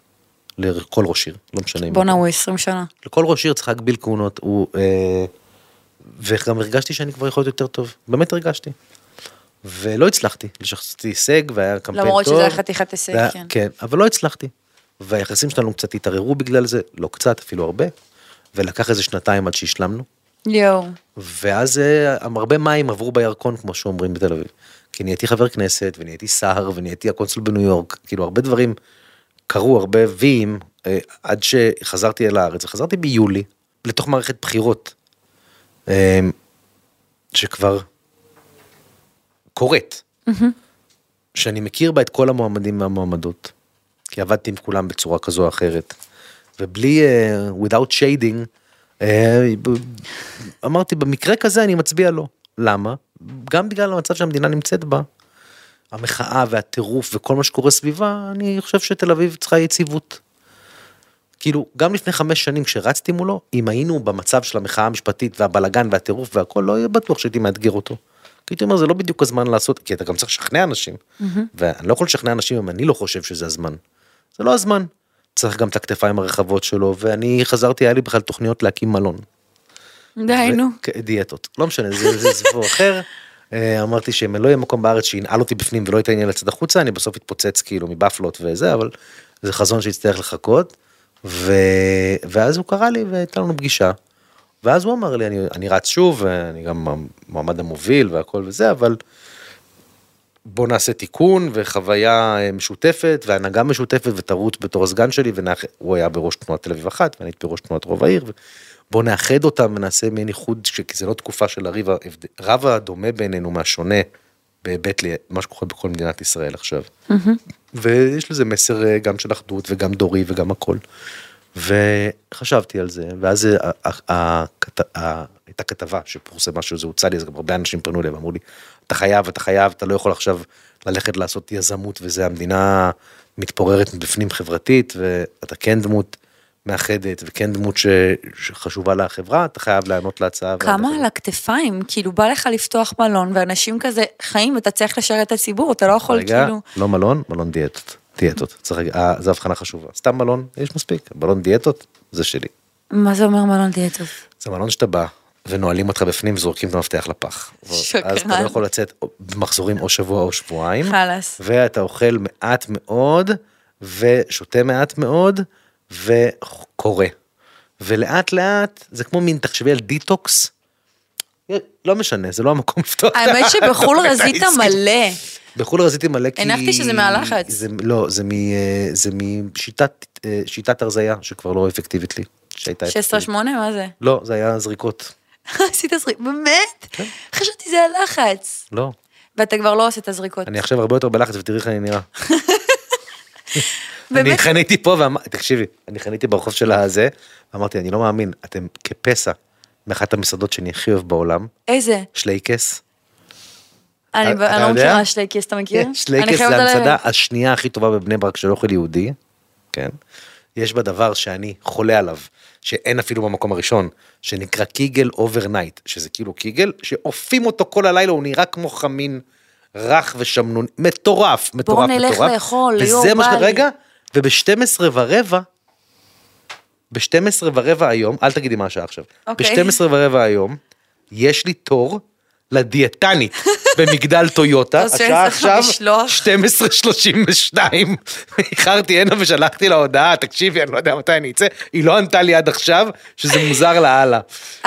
S3: לכל ראש עיר, לא משנה. אם-
S2: בואנה, הוא 20 שנה.
S3: לכל ראש עיר צריך להגביל כהונות, הוא... אה, וגם הרגשתי שאני כבר יכול להיות יותר טוב, באמת הרגשתי. ולא הצלחתי, לשחצתי הישג והיה קמפיין טוב.
S2: למרות שזה היה חתיכת הישג,
S3: והיה-
S2: כן.
S3: כן, אבל לא הצלחתי. והיחסים שלנו קצת התערערו בגלל זה, לא קצת, אפילו הרבה. ולקח איזה שנתיים עד שהשלמנו.
S2: יואו.
S3: ואז אה, הרבה מים עברו בירקון, כמו שאומרים בתל אביב. כי נהייתי חבר כנסת, ונהייתי שר, ונהייתי הקונסול בניו יורק, כאילו הרבה דברים קרו הרבה ויים אה, עד שחזרתי אל הארץ, וחזרתי ביולי, לתוך מערכת בחירות, אה, שכבר קורית, שאני מכיר בה את כל המועמדים והמועמדות, כי עבדתי עם כולם בצורה כזו או אחרת, ובלי, אה, without shading, אה, ב- אמרתי, במקרה כזה אני מצביע לו. למה? גם בגלל המצב שהמדינה נמצאת בה, המחאה והטירוף וכל מה שקורה סביבה, אני חושב שתל אביב צריכה יציבות. כאילו, גם לפני חמש שנים כשרצתי מולו, אם היינו במצב של המחאה המשפטית והבלגן והטירוף והכל, לא יהיה בטוח שהייתי מאתגר אותו. כי הייתי אומר, זה לא בדיוק הזמן לעשות, כי אתה גם צריך לשכנע אנשים. ואני לא יכול לשכנע אנשים אם אני לא חושב שזה הזמן. זה לא הזמן. צריך גם את הכתפיים הרחבות שלו, ואני חזרתי, היה לי בכלל תוכניות להקים מלון.
S2: די, נו.
S3: ו- כ- דיאטות. לא משנה, זה זה סיפור אחר. אה, אמרתי שאם לא יהיה מקום בארץ שינעל אותי בפנים ולא ייתן לי לצאת החוצה, אני בסוף אתפוצץ כאילו מבפלות וזה, אבל זה חזון שיצטרך לחכות. ו... ואז הוא קרא לי והייתה לנו פגישה. ואז הוא אמר לי, אני, אני רץ שוב, אני גם המועמד המוביל והכל וזה, אבל בוא נעשה תיקון וחוויה אה, משותפת והנהגה משותפת ותרוץ בתור הסגן שלי ונאח... הוא היה בראש תנועת תל אביב אחת ואני הייתי בראש תנועת רוב העיר. ו... בוא נאחד אותם ונעשה מעין איחוד ש... כי זה לא תקופה של הריב, ה- הבד- רב הדומה בינינו מהשונה בהיבט למה שקורה בכל מדינת ישראל עכשיו. ויש לזה מסר אה, גם של אחדות וגם דורי וגם הכל. וחשבתי על זה ואז אה, ה- ה- הכת- ה- הייתה כתבה שפורסמה שזה הוצא לי אז גם הרבה אנשים פנו אליי ואמרו לי אתה חייב אתה חייב אתה לא יכול עכשיו ללכת לעשות יזמות וזה המדינה מתפוררת מבפנים חברתית ואתה כן דמות מאחדת וכן דמות ש... שחשובה לחברה אתה חייב לענות להצעה.
S2: כמה
S3: ואנחנו-
S2: על הכתפיים, כאילו בא לך לפתוח מלון, ואנשים כזה חיים, אתה צריך לשרת את הציבור, אתה לא יכול
S3: רגע,
S2: כאילו...
S3: לא מלון, מלון דיאטות. דיאטות, צריך, רגע- אה, זו הבחנה חשובה. סתם מלון, יש מספיק, מלון דיאטות, זה שלי.
S2: מה זה אומר מלון דיאטות?
S3: זה מלון שאתה בא, ונועלים אותך בפנים וזורקים את המפתח לפח.
S2: שקרן.
S3: אז אתה לא יכול לצאת או- במחזורים או שבוע או שבועיים.
S2: חלאס.
S3: ואתה אוכל מעט מאוד, ושותה מעט מאוד, וקורא. ולאט לאט, זה כמו מין, תחשבי על דיטוקס. לא משנה, זה לא המקום לפתוח את
S2: האמת שבחול
S3: את
S2: רזית
S3: העסק.
S2: מלא.
S3: בחו"ל רזיתי מלא כי...
S2: הנחתי שזה מהלחץ.
S3: זה, לא, זה מ- אה, זה משיטת אה, שיטת הרזייה שכבר לא אפקטיבית לי. שהייתה...
S2: 16-8,
S3: אפקטיבית.
S2: מה זה?
S3: לא, זה היה זריקות.
S2: עשית זריקות, באמת?
S3: כן.
S2: חשבתי זה הלחץ.
S3: לא.
S2: ואתה כבר לא עושה את הזריקות.
S3: אני עכשיו הרבה יותר בלחץ ותראי איך אני נראה. אני
S2: באמת?
S3: חניתי פה ואמרתי, תקשיבי, אני חניתי ברחוב של הזה, ואמרתי, אני לא מאמין, אתם כפסע מאחת המסעדות שאני הכי אוהב בעולם,
S2: איזה?
S3: שלייקס.
S2: אני ב-
S3: אתה
S2: אני לא
S3: יודע?
S2: מכירה שלייקס, אתה מכיר? אני
S3: שלייקס
S2: חייבת
S3: כן, זה
S2: עליי-
S3: המצדה השנייה הכי טובה בבני ברק של אוכל יהודי, כן. יש בה דבר שאני חולה עליו, שאין אפילו במקום הראשון, שנקרא קיגל אוברנייט, שזה כאילו קיגל, שאופים אותו כל הלילה, הוא נראה כמו חמין רך ושמנון, מטורף, מטורף,
S2: נלך
S3: מטורף.
S2: לאכול,
S3: וזה
S2: יואו,
S3: מה ש...
S2: בא לי.
S3: רגע, וב-12 ורבע, ב-12 ורבע היום, אל תגידי מה השעה עכשיו,
S2: אוקיי.
S3: ב-12 ורבע היום, יש לי תור לדיאטנית במגדל טויוטה,
S2: אז שאין
S3: השעה
S2: לך
S3: עכשיו
S2: משלוח.
S3: 12:32, איחרתי הנה ושלחתי לה הודעה, תקשיבי, אני לא יודע מתי אני אצא, היא לא ענתה לי עד עכשיו, שזה מוזר לאללה. אה,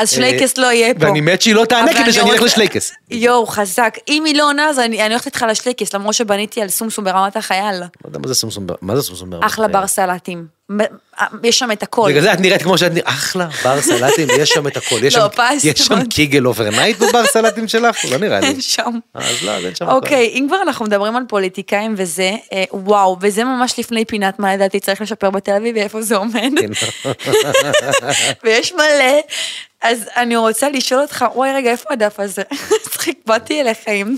S2: אז שלייקס לא יהיה פה.
S3: ואני מת שהיא לא
S2: אבל
S3: תענה כדי
S2: אני
S3: שאני אלך
S2: רוצה-
S3: לשלייקס.
S2: יואו, חזק. אם היא לא עונה, אז אני אני הולכת איתך לשלייקס, למרות שבניתי על סומסום ברמת החייל.
S3: לא יודע מה זה סומסום, בר- מה זה סומסום? ברמת
S2: אחלה
S3: חיים?
S2: בר סלטים. מ- אה, יש שם את הכל.
S3: אוקיי. בגלל זה את נראית כמו שאת נראית, אחלה, בר סלטים, יש שם את הכל. יש
S2: לא,
S3: שם-
S2: פסטות.
S3: יש שם קיגל אוברנייט בבר סלטים שלך? לא נראה לי.
S2: אין שם.
S3: אז לא, אז אין שם הכל.
S2: אוקיי, אם כבר אנחנו מדברים על פוליטיקאים וזה, אה, וואו, וזה ממש לפני פינת מה לדעתי צריך לשפר בתל אביב ואיפה זה עומד,
S3: כן.
S2: ויש מלא, אז אני רוצה לשאול אותך, וואי רגע, איפה הדף הזה? צחיק, באתי אליך עם...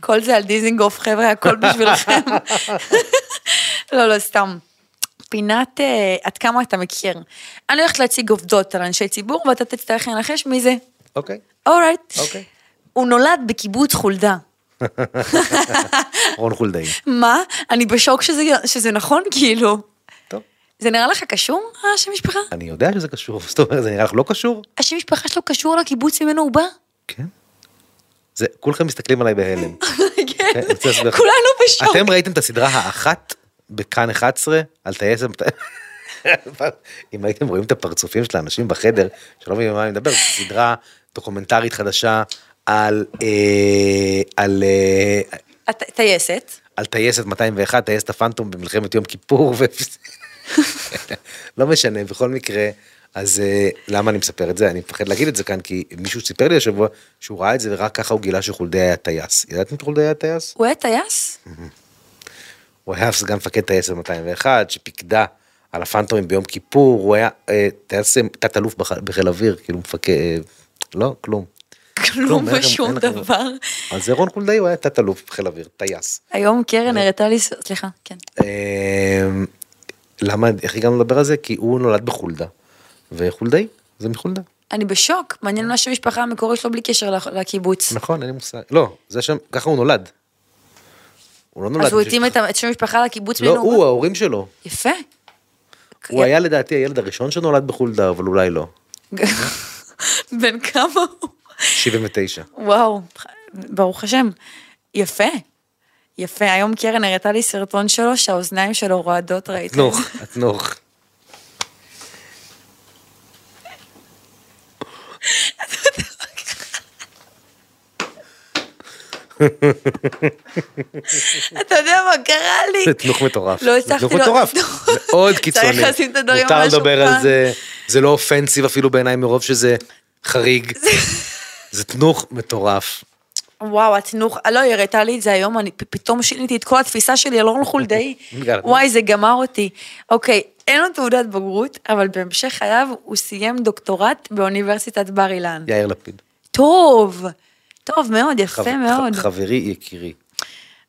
S2: כל זה על דיזינגוף, חבר'ה, הכל בשבילכם. לא, לא, סתם. פינת אה, עד כמה אתה מכיר. אני הולכת להציג עובדות על אנשי ציבור, ואתה תצטרך לנחש מי זה.
S3: אוקיי.
S2: אורייט.
S3: אוקיי.
S2: הוא נולד בקיבוץ חולדה.
S3: רון חולדאי.
S2: מה? אני בשוק שזה, שזה נכון, כאילו.
S3: טוב.
S2: זה נראה לך קשור, השם משפחה?
S3: אני יודע שזה קשור, זאת אומרת, זה נראה לך לא קשור?
S2: השם משפחה שלו קשור לקיבוץ ממנו הוא בא?
S3: כן. זה, כולכם מסתכלים עליי בהלם.
S2: כן.
S3: אני רוצה להסביר לך.
S2: כולנו בשוק.
S3: אה, אתם ראיתם את הסדרה האחת בכאן 11 על טייסת... אם הייתם רואים את הפרצופים של האנשים בחדר, שלא מבינים מה אני מדבר, זו סדרה דוקומנטרית חדשה על... אה, על... אה,
S2: הט- טייסת.
S3: על טייסת 201, טייסת הפנטום במלחמת יום כיפור, ו... לא משנה, בכל מקרה, אז אה, למה אני מספר את זה? אני מפחד להגיד את זה כאן, כי מישהו סיפר לי השבוע שהוא ראה את זה ורק ככה הוא גילה שחולדאי היה טייס. ידעתם שחולדאי היה טייס?
S2: הוא היה טייס?
S3: הוא היה סגן מפקד טייסת 201, שפיקדה על הפנטומים ביום כיפור, הוא היה אה, טייס אה, תת-אלוף בח- בחיל אוויר, כאילו מפקד, אה, לא, כלום.
S2: כלום
S3: אין לכם-
S2: ושום
S3: אין לכם-
S2: דבר.
S3: אז זה רון חולדאי, הוא היה תת-אלוף בחיל אוויר, טייס.
S2: היום קרן
S3: אה.
S2: הראתה לי, ס- סליחה, כן.
S3: אמ, למה, איך הגענו לדבר על זה? כי הוא נולד בחולדה, וחולדאי, זה מחולדה.
S2: אני בשוק, מעניין מה שהמשפחה המקורית שלו בלי קשר לח- לקיבוץ.
S3: נכון, אין לי מושג. לא, זה שם, ככה הוא נולד. הוא לא נולד.
S2: אז הוא
S3: בשביל-
S2: התאים את ה- את כן. שם המשפחה לקיבוץ
S3: לא, הוא,
S2: מנהוג?
S3: ההורים שלו.
S2: יפה.
S3: הוא היה לדעתי הילד הראשון שנולד בחולדה, אבל אולי לא.
S2: בן כמה הוא?
S3: 79.
S2: וואו, ברוך השם. יפה. יפה, היום קרן הראתה לי סרטון שלו שהאוזניים שלו רועדות, ראיתי.
S3: תנוך, התנוך.
S2: אתה יודע מה קרה לי?
S3: זה תנוך מטורף.
S2: לא
S3: זה
S2: הצלחתי
S3: תנוך
S2: לא-
S3: מטורף. מאוד קיצוני.
S2: צריך לשים את הדברים על
S3: מותר
S2: השולחן.
S3: לדבר על זה, זה לא אופנסיב אפילו בעיניי מרוב שזה חריג. זה תנוך מטורף.
S2: וואו, התנוך, לא, היא הראתה לי את זה היום, אני פ- פתאום שיניתי את כל התפיסה שלי על אורן חולדאי.
S3: בגלל התנוך.
S2: וואי, זה גמר אותי. אוקיי, אין לו תעודת בגרות, אבל בהמשך חייו הוא סיים דוקטורט באוניברסיטת בר אילן.
S3: יאיר לפיד.
S2: טוב, טוב מאוד, יפה
S3: חב-
S2: מאוד.
S3: ח- חברי יקירי.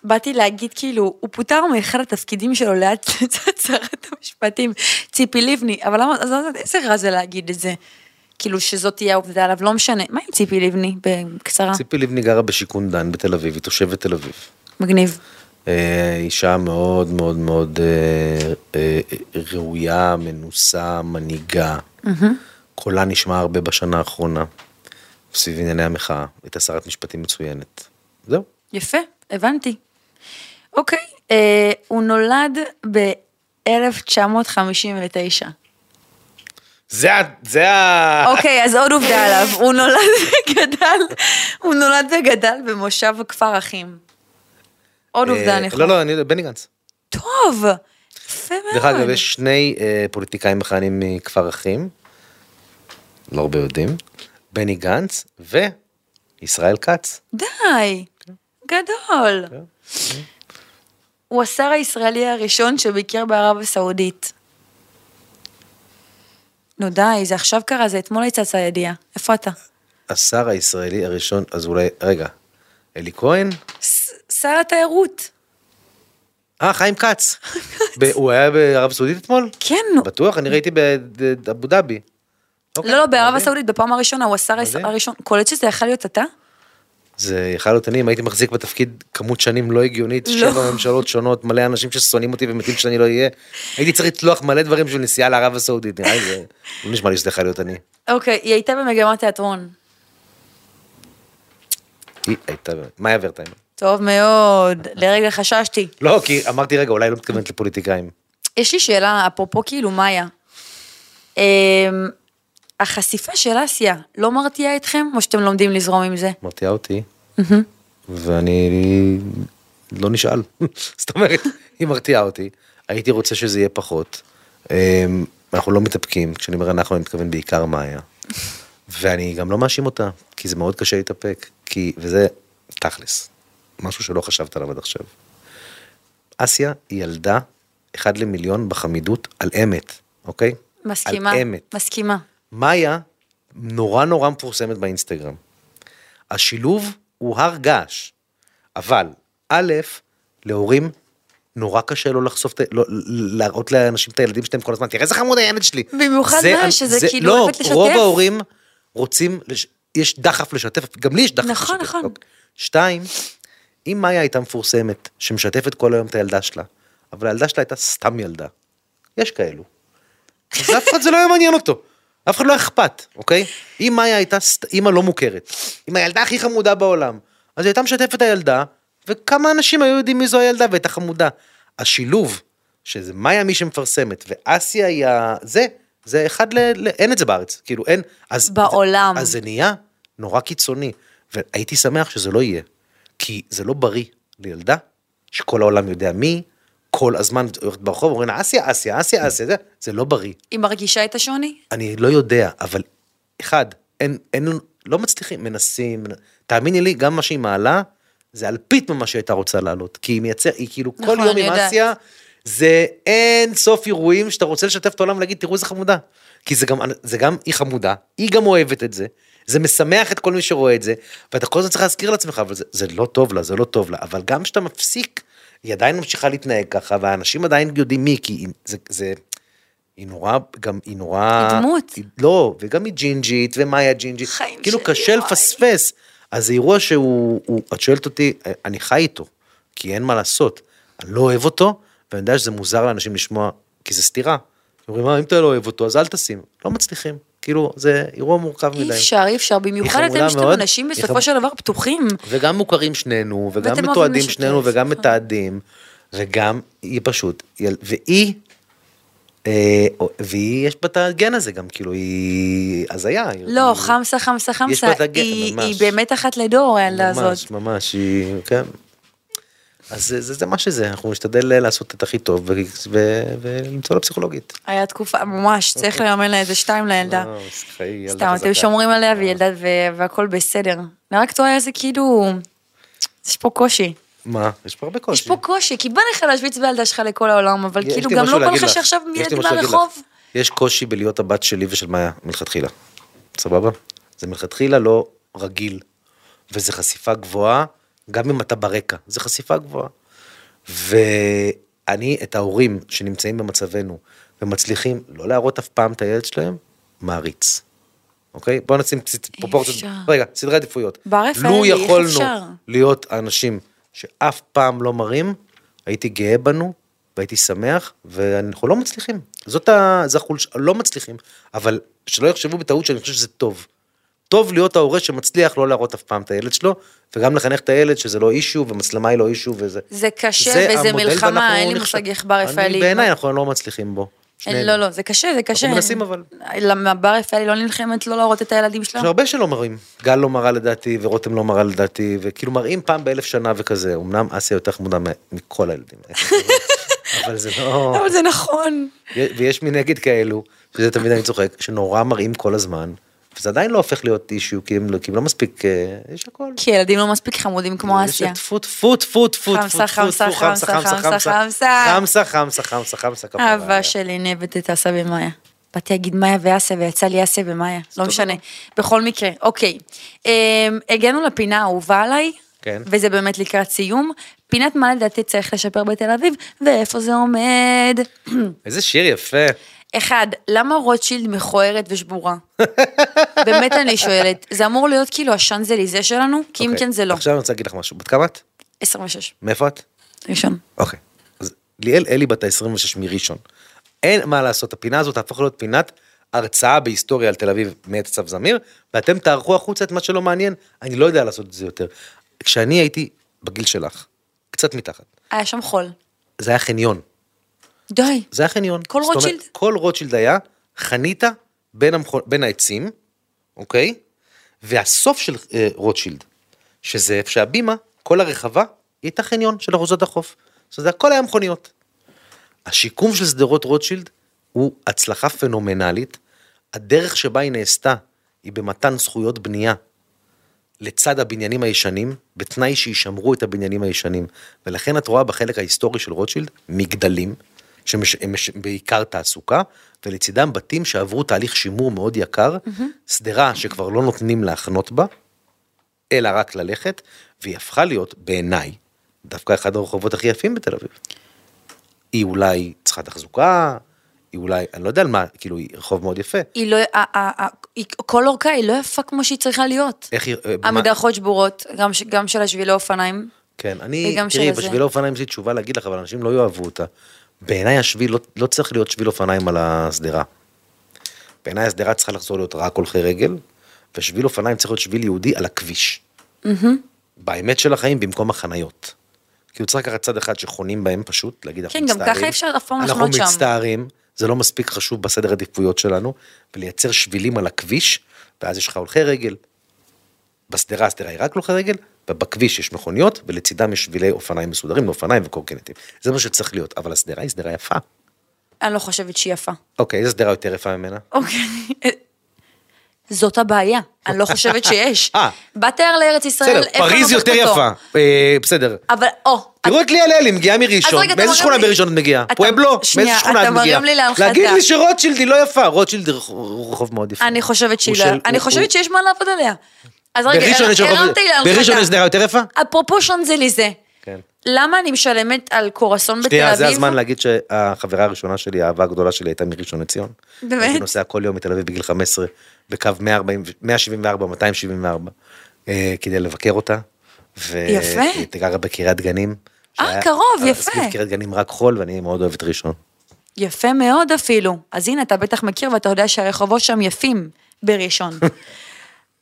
S2: באתי להגיד כאילו, הוא פוטר מאחד התפקידים שלו ליד שרת המשפטים, ציפי לבני, אבל למה, אז לא יודעת איזה רע זה להגיד את זה. כאילו שזאת תהיה העובדה עליו, לא משנה. מה עם ציפי לבני, בקצרה?
S3: ציפי לבני גרה בשיכון דן בתל אביב, היא תושבת תל אביב.
S2: מגניב.
S3: אה, אישה מאוד מאוד מאוד אה, אה, אה, ראויה, מנוסה, מנהיגה. קולה נשמע הרבה בשנה האחרונה, סביב ענייני המחאה. הייתה שרת משפטים מצוינת. זהו.
S2: יפה, הבנתי. אוקיי, אה, הוא נולד ב-1959.
S3: זה ה... זה ה...
S2: אוקיי, אז עוד עובדה עליו, הוא נולד וגדל, הוא נולד וגדל במושב כפר אחים. עוד עובדה,
S3: אה,
S2: נכון.
S3: לא, לא, אני יודע, בני גנץ.
S2: טוב, יפה מאוד.
S3: דרך אגב, יש שני אה, פוליטיקאים מכהנים מכפר אחים, לא הרבה יודעים, בני גנץ וישראל כץ.
S2: די, גדול.
S3: כן,
S2: הוא השר הישראלי הראשון שביקר בערב הסעודית. נו די, זה עכשיו קרה, זה אתמול הצצה הידיעה. איפה אתה?
S3: השר הישראלי הראשון, אז אולי, רגע, אלי כהן?
S2: ס- שר התיירות.
S3: אה, חיים כץ. ב- הוא היה בערב הסעודית אתמול?
S2: כן, נו.
S3: בטוח, אני ראיתי באבו דאבי. אוקיי,
S2: לא, לא, בערב
S3: מדהים.
S2: הסעודית בפעם הראשונה הוא השר
S3: מדהים.
S2: הראשון. קולט שזה יכול להיות אתה?
S3: זה יכול להיות אני, אם הייתי מחזיק בתפקיד כמות שנים לא הגיונית,
S2: לא.
S3: שבע ממשלות שונות, מלא אנשים ששונאים אותי ומתים שאני לא אהיה, הייתי צריך לתלוח מלא דברים בשביל נסיעה לערב הסעודית, נראה לי זה, לא נשמע לי שזה יכול להיות אני.
S2: אוקיי, היא הייתה במגמת תיאטרון.
S3: היא הייתה, מאיה ורטהיים.
S2: טוב מאוד, לרגע חששתי.
S3: לא, כי אמרתי, רגע, אולי היא לא מתכוונת לפוליטיקאים.
S2: יש לי שאלה, אפרופו כאילו מאיה. אמ, החשיפה של אסיה לא מרתיעה אתכם, או שאתם לומדים לזרום עם זה?
S3: מרתיעה אותי, "אה, אוקיי." ואני לא נשאל. זאת אומרת, היא מרתיעה אותי, הייתי רוצה שזה יהיה פחות. אמ, אנחנו לא מתאפקים, כשאני אומר אנחנו, אני מתכוון בעיקר מאיה. ואני גם לא מאשים אותה, כי זה מאוד קשה להתאפק, כי, וזה תכלס, משהו שלא חשבת עליו עד עכשיו. אסיה היא ילדה, אחד למיליון בחמידות, על אמת, אוקיי?
S2: מסכימה?
S3: על אמת.
S2: מסכימה.
S3: מאיה נורא נורא מפורסמת באינסטגרם. השילוב הוא הר געש, אבל א', להורים נורא קשה לא לחשוף, את ה- לא, להראות לאנשים את הילדים שלהם כל הזמן, תראה איזה חמוד הילד שלי.
S2: במיוחד מאיה, שזה כאילו
S3: לא,
S2: אוהבת לשתף.
S3: רוב ההורים רוצים, לש... יש דחף לשתף, גם לי יש דחף
S2: נכון,
S3: לשתף.
S2: נכון.
S3: אוקיי. שתיים, אם מאיה הייתה מפורסמת, שמשתפת כל היום את הילדה שלה, אבל הילדה שלה הייתה סתם ילדה. יש כאלו. אז אף אחד זה לא היה מעניין אותו. אף אחד לא היה אכפת, אוקיי? אם מאיה הייתה סט... אימא לא מוכרת, עם הילדה הכי חמודה בעולם, אז היא הייתה משתפת את הילדה, וכמה אנשים היו יודעים מי זו הילדה והייתה חמודה. השילוב, שזה מאיה מי שמפרסמת, ואסיה היא ה... זה, זה אחד ל... ל... אין את זה בארץ, כאילו אין... אז...
S2: בעולם.
S3: אז זה נהיה נורא קיצוני, והייתי שמח שזה לא יהיה, כי זה לא בריא לילדה שכל העולם יודע מי, כל הזמן הולכת ברחוב, אומרים לה, אסיה, אסיה, אסיה, אסיה, זה, זה לא בריא.
S2: היא מרגישה את השוני?
S3: אני לא יודע, אבל אחד, אין, אין, לא מצליחים, מנסים, תאמיני לי, גם מה שהיא מעלה, זה אלפית ממה שהייתה רוצה לעלות, כי היא מייצר, היא כאילו
S2: נכון,
S3: כל יום
S2: אני
S3: עם
S2: יודעת.
S3: אסיה, זה אין סוף אירועים שאתה רוצה לשתף את העולם ולהגיד, תראו איזה חמודה. כי זה גם, זה גם, היא חמודה, היא גם אוהבת את זה, זה משמח את כל מי שרואה את זה, ואתה כל הזמן צריך להזכיר לעצמך, אבל זה, זה לא טוב לה, זה לא טוב לה, אבל גם כשאתה מפסיק, היא עדיין ממשיכה להתנהג ככה, והאנשים עדיין יודעים מי, כי היא, זה, זה, היא נורא, גם היא נורא...
S2: היא דמות.
S3: היא, לא, וגם היא ג'ינג'ית, ומאיה ג'ינג'ית.
S2: חיים
S3: כאילו
S2: שלי,
S3: קשה
S2: וואי.
S3: לפספס. אז זה אירוע שהוא, הוא, את שואלת אותי, אני חי איתו, כי אין מה לעשות. אני לא אוהב אותו, ואני יודע שזה מוזר לאנשים לשמוע, כי זה סתירה. אומרים, "אה, אם אתה לא אוהב אותו, אז אל תשים. לא מצליחים. כאילו, זה אירוע מורכב מדי.
S2: אי אפשר, אי אפשר, במיוחד
S3: חמודה
S2: אתם שאתם
S3: מאוד.
S2: אנשים
S3: היא
S2: בסופו
S3: חמ-
S2: של דבר פתוחים.
S3: וגם מוכרים שנינו, וגם
S2: ואתם אוהבים
S3: מתועדים
S2: לשתף,
S3: שנינו, וגם
S2: נכון.
S3: מתעדים, וגם היא פשוט, יל- והיא, אה, והיא, יש בה את הגן הזה גם, כאילו, היא הזיה. היא-
S2: לא,
S3: היא-
S2: חמסה, חמסה, חמסה,
S3: לה את הגן,
S2: היא
S3: ממש.
S2: היא באמת אחת לדור, הילדה הזאת.
S3: ממש, ממש, היא, כן. אז זה, זה, זה מה שזה, אנחנו נשתדל לעשות את הכי טוב, ו, ו, ולמצוא לה פסיכולוגית.
S2: היה תקופה, ממש, צריך לממן לה איזה שתיים לילדה.
S3: אה, סליחה, היא אוקיי. ילדה
S2: סתם, אתם
S3: חזקה. אה.
S2: שומרים עליה והיא ילדה ו- והכל בסדר. אני רק טועה איזה כאילו, יש פה קושי.
S3: מה? יש פה הרבה
S2: יש
S3: קושי.
S2: פה קושי, כי בא לך להשוויץ בילדה שלך לכל העולם, אבל
S3: אוקיי. יש
S2: כאילו
S3: לי
S2: גם
S3: משהו
S2: לא בא
S3: להגיד
S2: לך
S3: לך.
S2: שעכשיו
S3: יש לי
S2: ילד
S3: משהו להגיד
S2: מהרחוב.
S3: לך. יש קושי בלהיות הבת שלי ושל מאיה מלכתחילה. סבבה? זה מלכתחילה לא רגיל. וזה חשיפה גבוהה, גם אם אתה ברקע, זה חשיפה גבוהה. ואני, את ההורים שנמצאים במצבנו ומצליחים לא להראות אף פעם את הילד שלהם, מעריץ. אוקיי? בואו נשים קצת פרופורציות.
S2: אפשר.
S3: רגע, סדרי עדיפויות.
S2: בר רפאלי,
S3: לו
S2: איך
S3: יכולנו
S2: אפשר?
S3: להיות האנשים שאף פעם לא מראים, הייתי גאה בנו והייתי שמח, ואנחנו לא מצליחים. זאת ה... זה החולש... לא מצליחים, אבל שלא יחשבו בטעות שאני חושב שזה טוב. טוב להיות ההורה שמצליח לא להראות אף פעם את הילד שלו, וגם לחנך את הילד שזה לא אישיו, ומצלמה היא לא אישיו, וזה...
S2: זה קשה
S3: זה
S2: וזה
S3: המודל,
S2: מלחמה,
S3: ואנחנו
S2: אין לי
S3: נכשל-
S2: מושג איך בר
S3: אני-
S2: רפאלי.
S3: בעיניי אנחנו לא מצליחים בו.
S2: אין-
S3: שנינו.
S2: לא, לא, זה קשה, זה קשה.
S3: מנסים, אבל.
S2: למה בר רפאלי לא נלחמת לא להראות את הילדים שלה?
S3: יש הרבה שלא מראים. גל לא מראה לדעתי, ורותם לא מראה לדעתי, וכאילו מראים פעם באלף שנה וכזה. אמנם אסיה יותר חמודה מ- מכל הילדים. אבל זה לא...
S2: אבל זה נכון.
S3: ויש מנגד כאלו, שזה תמיד אני צוחק, שנורא מראים כל הזמן, וזה עדיין לא הופך להיות אישיו, כי הם לא- כי הם לא מספיק... אה, יש הכל.
S2: כי ילדים לא מספיק חמודים כמו אסיה.
S3: יש טפו טפו טפו טפו טפו
S2: חמסה,
S3: טפו
S2: חמסה,
S3: טפו חמסה
S2: חמסה,
S3: חמסה חמסה
S2: חמסה.
S3: חמסה חמסה חמסה חמסה כפרה עליה.
S2: אהבה שלי נאבדת את אסיה ומאיה. באתי להגיד מאיה ואסיה, ויצא לי אסיה ומאיה, לא משנה. בכל מקרה, אוקיי. אמ, הגענו לפינה האהובה עליי,
S3: כן.
S2: וזה באמת לקראת סיום. פינת מה לדעתי צריך לשפר בתל אביב, ואיפה זה עומד.
S3: איזה שיר יפה.
S2: אחד, למה רוטשילד מכוערת ושבורה? באמת אני שואלת, זה אמור להיות כאילו השאנזליזה שלנו? כי אם
S3: אוקיי,
S2: כן זה לא.
S3: עכשיו אני רוצה להגיד לך משהו. בת כמה את?
S2: 26,
S3: מאיפה את?
S2: ראשון.
S3: אוקיי. אז ליאל אלי בת ה-26 מראשון. אין מה לעשות, הפינה הזאת תהפוך להיות פינת הרצאה בהיסטוריה על תל אביב מאת צו זמיר, ואתם תערכו החוצה את מה שלא מעניין, אני לא יודע לעשות את זה יותר. כשאני הייתי בגיל שלך, קצת מתחת,
S2: היה שם חול.
S3: זה היה חניון.
S2: די.
S3: זה היה חניון.
S2: כל
S3: זאת אומרת,
S2: רוטשילד?
S3: כל רוטשילד היה חניתה בין, המכון, בין העצים, אוקיי? והסוף של אה, רוטשילד, שזה איפה שהבימה, כל הרחבה, היא הייתה חניון של ארוזות החוף. זאת אומרת, זה הכל היה מכוניות. השיקום של שדרות רוטשילד הוא הצלחה פנומנלית. הדרך שבה היא נעשתה היא במתן זכויות בנייה לצד הבניינים הישנים, בתנאי שישמרו את הבניינים הישנים. ולכן את רואה בחלק ההיסטורי של רוטשילד מגדלים, שהם מש- בעיקר תעסוקה, ולצידם בתים שעברו תהליך שימור מאוד יקר, שדרה שכבר לא נותנים להחנות בה, אלא רק ללכת, והיא הפכה להיות, בעיניי, דווקא אחד הרחובות הכי יפים בתל אביב. היא אולי צריכה תחזוקה, היא אולי, אני לא יודע על מה, כאילו, היא רחוב מאוד יפה.
S2: היא לא, ה- ה- ה- היא- כל אורכה היא לא יפה כמו שהיא צריכה להיות.
S3: איך היא... אה, מה-
S2: המדרכות שבורות, גם, ש- גם של השבילי אופניים.
S3: כן, אני,
S2: וגם
S3: תראי,
S2: של זה.
S3: בשביל האופניים יש לי תשובה להגיד לך, אבל אנשים לא יאהבו אותה. בעיניי השביל לא, לא צריך להיות שביל אופניים על השדרה. בעיניי השדרה צריכה לחזור להיות רק הולכי רגל, ושביל אופניים צריך להיות שביל יהודי על הכביש. באמת של החיים במקום החניות. כי הוא צריך לקחת צד אחד שחונים בהם פשוט, להגיד אנחנו
S2: כן, גם
S3: מצטערים.
S2: ככה אי אפשר אף פעם לחנות שם."
S3: אנחנו מצטערים, זה לא מספיק חשוב בסדר העדיפויות שלנו, ולייצר שבילים על הכביש, ואז יש לך הולכי רגל, בשדרה, השדרה היא רק הולכי רגל, ובכביש יש מכוניות, ולצידם יש שבילי אופניים מסודרים לאופניים וקורקינטים. זה מה שצריך להיות, אבל השדרה היא שדרה יפה.
S2: אני לא חושבת שהיא יפה.
S3: אוקיי, איזה שדרה יותר יפה ממנה?
S2: אוקיי. זאת הבעיה, אני לא חושבת שיש.
S3: אה.
S2: באת הר לארץ ישראל,
S3: בסדר,
S2: איפה לא נופך
S3: פריז יותר
S2: אותו?
S3: יפה. אה, בסדר.
S2: אבל, או,
S3: תראו את ליה ללי, מגיעה
S2: אז רגע,
S3: מראשון.
S2: אתה
S3: מאיזה
S2: מרים
S3: שכונה
S2: לי-
S3: מראשון את מגיעה?
S2: אתה-
S3: פואבלו,
S2: שנייה,
S3: מאיזה שכונה
S2: אתה
S3: את מגיעה?
S2: מרים לי להנחתה.
S3: להגיד לי שרוטשילד היא לא יפה, רוטשילד היא רח- רחוב מאוד יפה.
S2: אני חושבת שהיא
S3: הוא
S2: לא,
S3: של-
S2: אני
S3: הוא-
S2: חושבת
S3: הוא-
S2: שיש מה לעבוד עליה. אז רגע,
S3: בראשון יש
S2: הרמת
S3: רחוב-
S2: לי להנחתה.
S3: בראשון יש שדרה יותר יפה?
S2: אפרופו שאנזליזה,
S3: כן.
S2: למה אני משלמת על קורסון בתל אביב?
S3: שנייה, זה הזמן להגיד שהחברה הראשונה שלי, האהבה הגדולה שלי הייתה מראשון לציון.
S2: באמת?
S3: הייתי נוסע כל יום מתל אביב בגיל 15, בקו 140 174, 274, אה, כדי לבקר אותה. ו-
S2: יפה.
S3: היא גרה בקריית גנים.
S2: אה,
S3: שהיה-
S2: קרוב, יפה.
S3: סביב קריית גנים רק חול, ואני מאוד אוהב את ראשון.
S2: יפה מאוד אפילו. אז הנה, אתה בטח מכיר ואתה יודע שהרחובות שם יפים בראשון.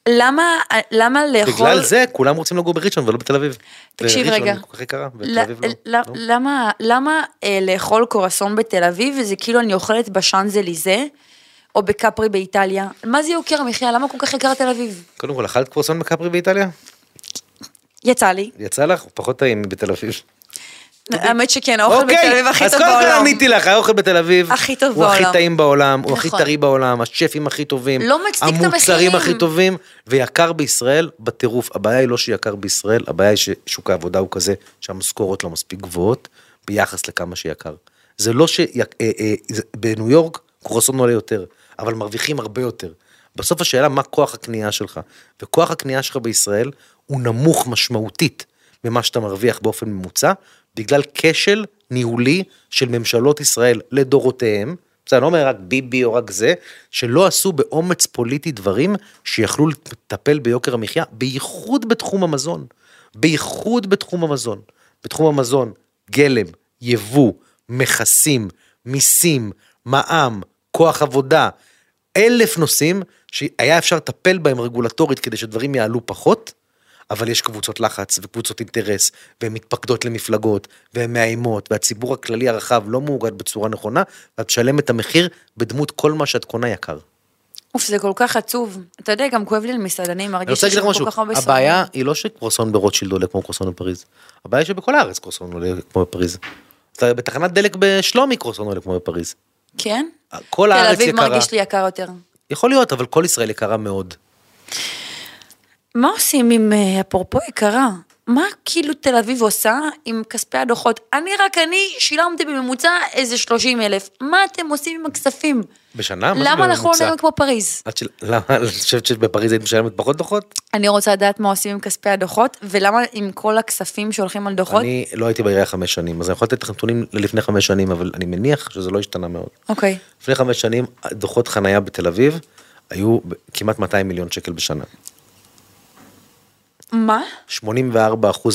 S2: למה, למה לאכול...
S3: בגלל זה כולם רוצים לגור בראשון ולא בתל אביב.
S2: תקשיב
S3: וראשון
S2: רגע.
S3: היא כל כך יקרה,
S2: ל-
S3: ובתל אביב לא.
S2: ל-
S3: נו.
S2: למה, למה אה, לאכול קורסון בתל אביב, וזה כאילו אני אוכלת בשאנזליזה, או בקפרי באיטליה? מה זה יוקר המחיה? למה כל כך יקר תל אביב?
S3: קודם כל, אכלת קרוסון מקפרי באיטליה?
S2: יצא לי.
S3: יצא לך? הוא פחות טעים מבתל אביב.
S2: האמת שכן, כן, האוכל בתל אביב הכי
S3: אוקיי, אז
S2: טוב
S3: קודם כל
S2: בעולם.
S3: עניתי לך, האוכל בתל אביב,
S2: הכי טוב
S3: הוא הכי
S2: בעולם.
S3: טעים בעולם, הוא הכי
S2: נכון.
S3: טרי בעולם, השפים הכי טובים,
S2: לא מצדיק את
S3: המוצרים
S2: המחירים.
S3: הכי טובים, ויקר בישראל בטירוף. הבעיה היא לא שיקר בישראל, הבעיה היא ששוק העבודה הוא כזה שהמשכורות לא מספיק גבוהות ביחס לכמה שיקר. זה לא שבניו יורק קרואסון עולה יותר, אבל מרוויחים הרבה יותר. בסוף השאלה מה כוח הקנייה שלך, וכוח הקנייה שלך בישראל הוא נמוך משמעותית. ממה שאתה מרוויח באופן ממוצע, בגלל כשל ניהולי של ממשלות ישראל לדורותיהם, בסדר, אני לא אומר רק ביבי או רק זה, שלא עשו באומץ פוליטי דברים שיכלו לטפל ביוקר המחיה, בייחוד בתחום המזון. בייחוד בתחום המזון. בתחום המזון, גלם, יבוא, מכסים, מיסים, מע"מ, כוח עבודה, אלף נושאים שהיה אפשר לטפל בהם רגולטורית כדי שדברים יעלו פחות, אבל יש קבוצות לחץ וקבוצות אינטרס, והן מתפקדות למפלגות, והן מאיימות, והציבור הכללי הרחב לא מאוגד בצורה נכונה, ואת משלמת את המחיר בדמות כל מה שאת קונה יקר.
S2: אוף, זה כל כך עצוב. אתה יודע, גם כואב לי על מסעדנים,
S3: אני רוצה
S2: מרגיש
S3: להגיד לך משהו,
S2: כל כך הרבה סורים.
S3: הבעיה היא לא שקרוסון ברוטשילד עולה כמו קרוסון בפריז, הבעיה היא שבכל הארץ קרוסון עולה כמו בפריז. אתה בתחנת דלק בשלומי קרוסון עולה כמו בפריז.
S2: כן?
S3: כל
S2: תל
S3: הארץ
S2: אביב
S3: יקרה.
S2: מרגיש לי יקר יותר.
S3: יכול להיות, אבל כל ישראל יקרה מאוד.
S2: מה עושים עם, אה, אפרופו יקרה, מה כאילו תל אביב עושה עם כספי הדוחות? אני רק אני שילמתי בממוצע איזה 30 אלף. מה אתם עושים עם הכספים?
S3: בשנה? מה זה
S2: למה אנחנו לא
S3: בממוצע?
S2: נראים כמו פריז?
S3: את של... למה? את חושבת שבפריז היית משלמת פחות דוחות?
S2: אני רוצה לדעת מה עושים עם כספי הדוחות, ולמה עם כל הכספים שהולכים על דוחות.
S3: אני לא הייתי בעירייה חמש שנים, אז אני יכול לתת לך נתונים ללפני חמש שנים, אבל אני מניח שזה לא השתנה מאוד.
S2: אוקיי.
S3: לפני חמש שנים, דוחות חנייה בתל אביב היו ב- כמעט 200 מיליון שקל בשנה.
S2: מה?
S3: 84%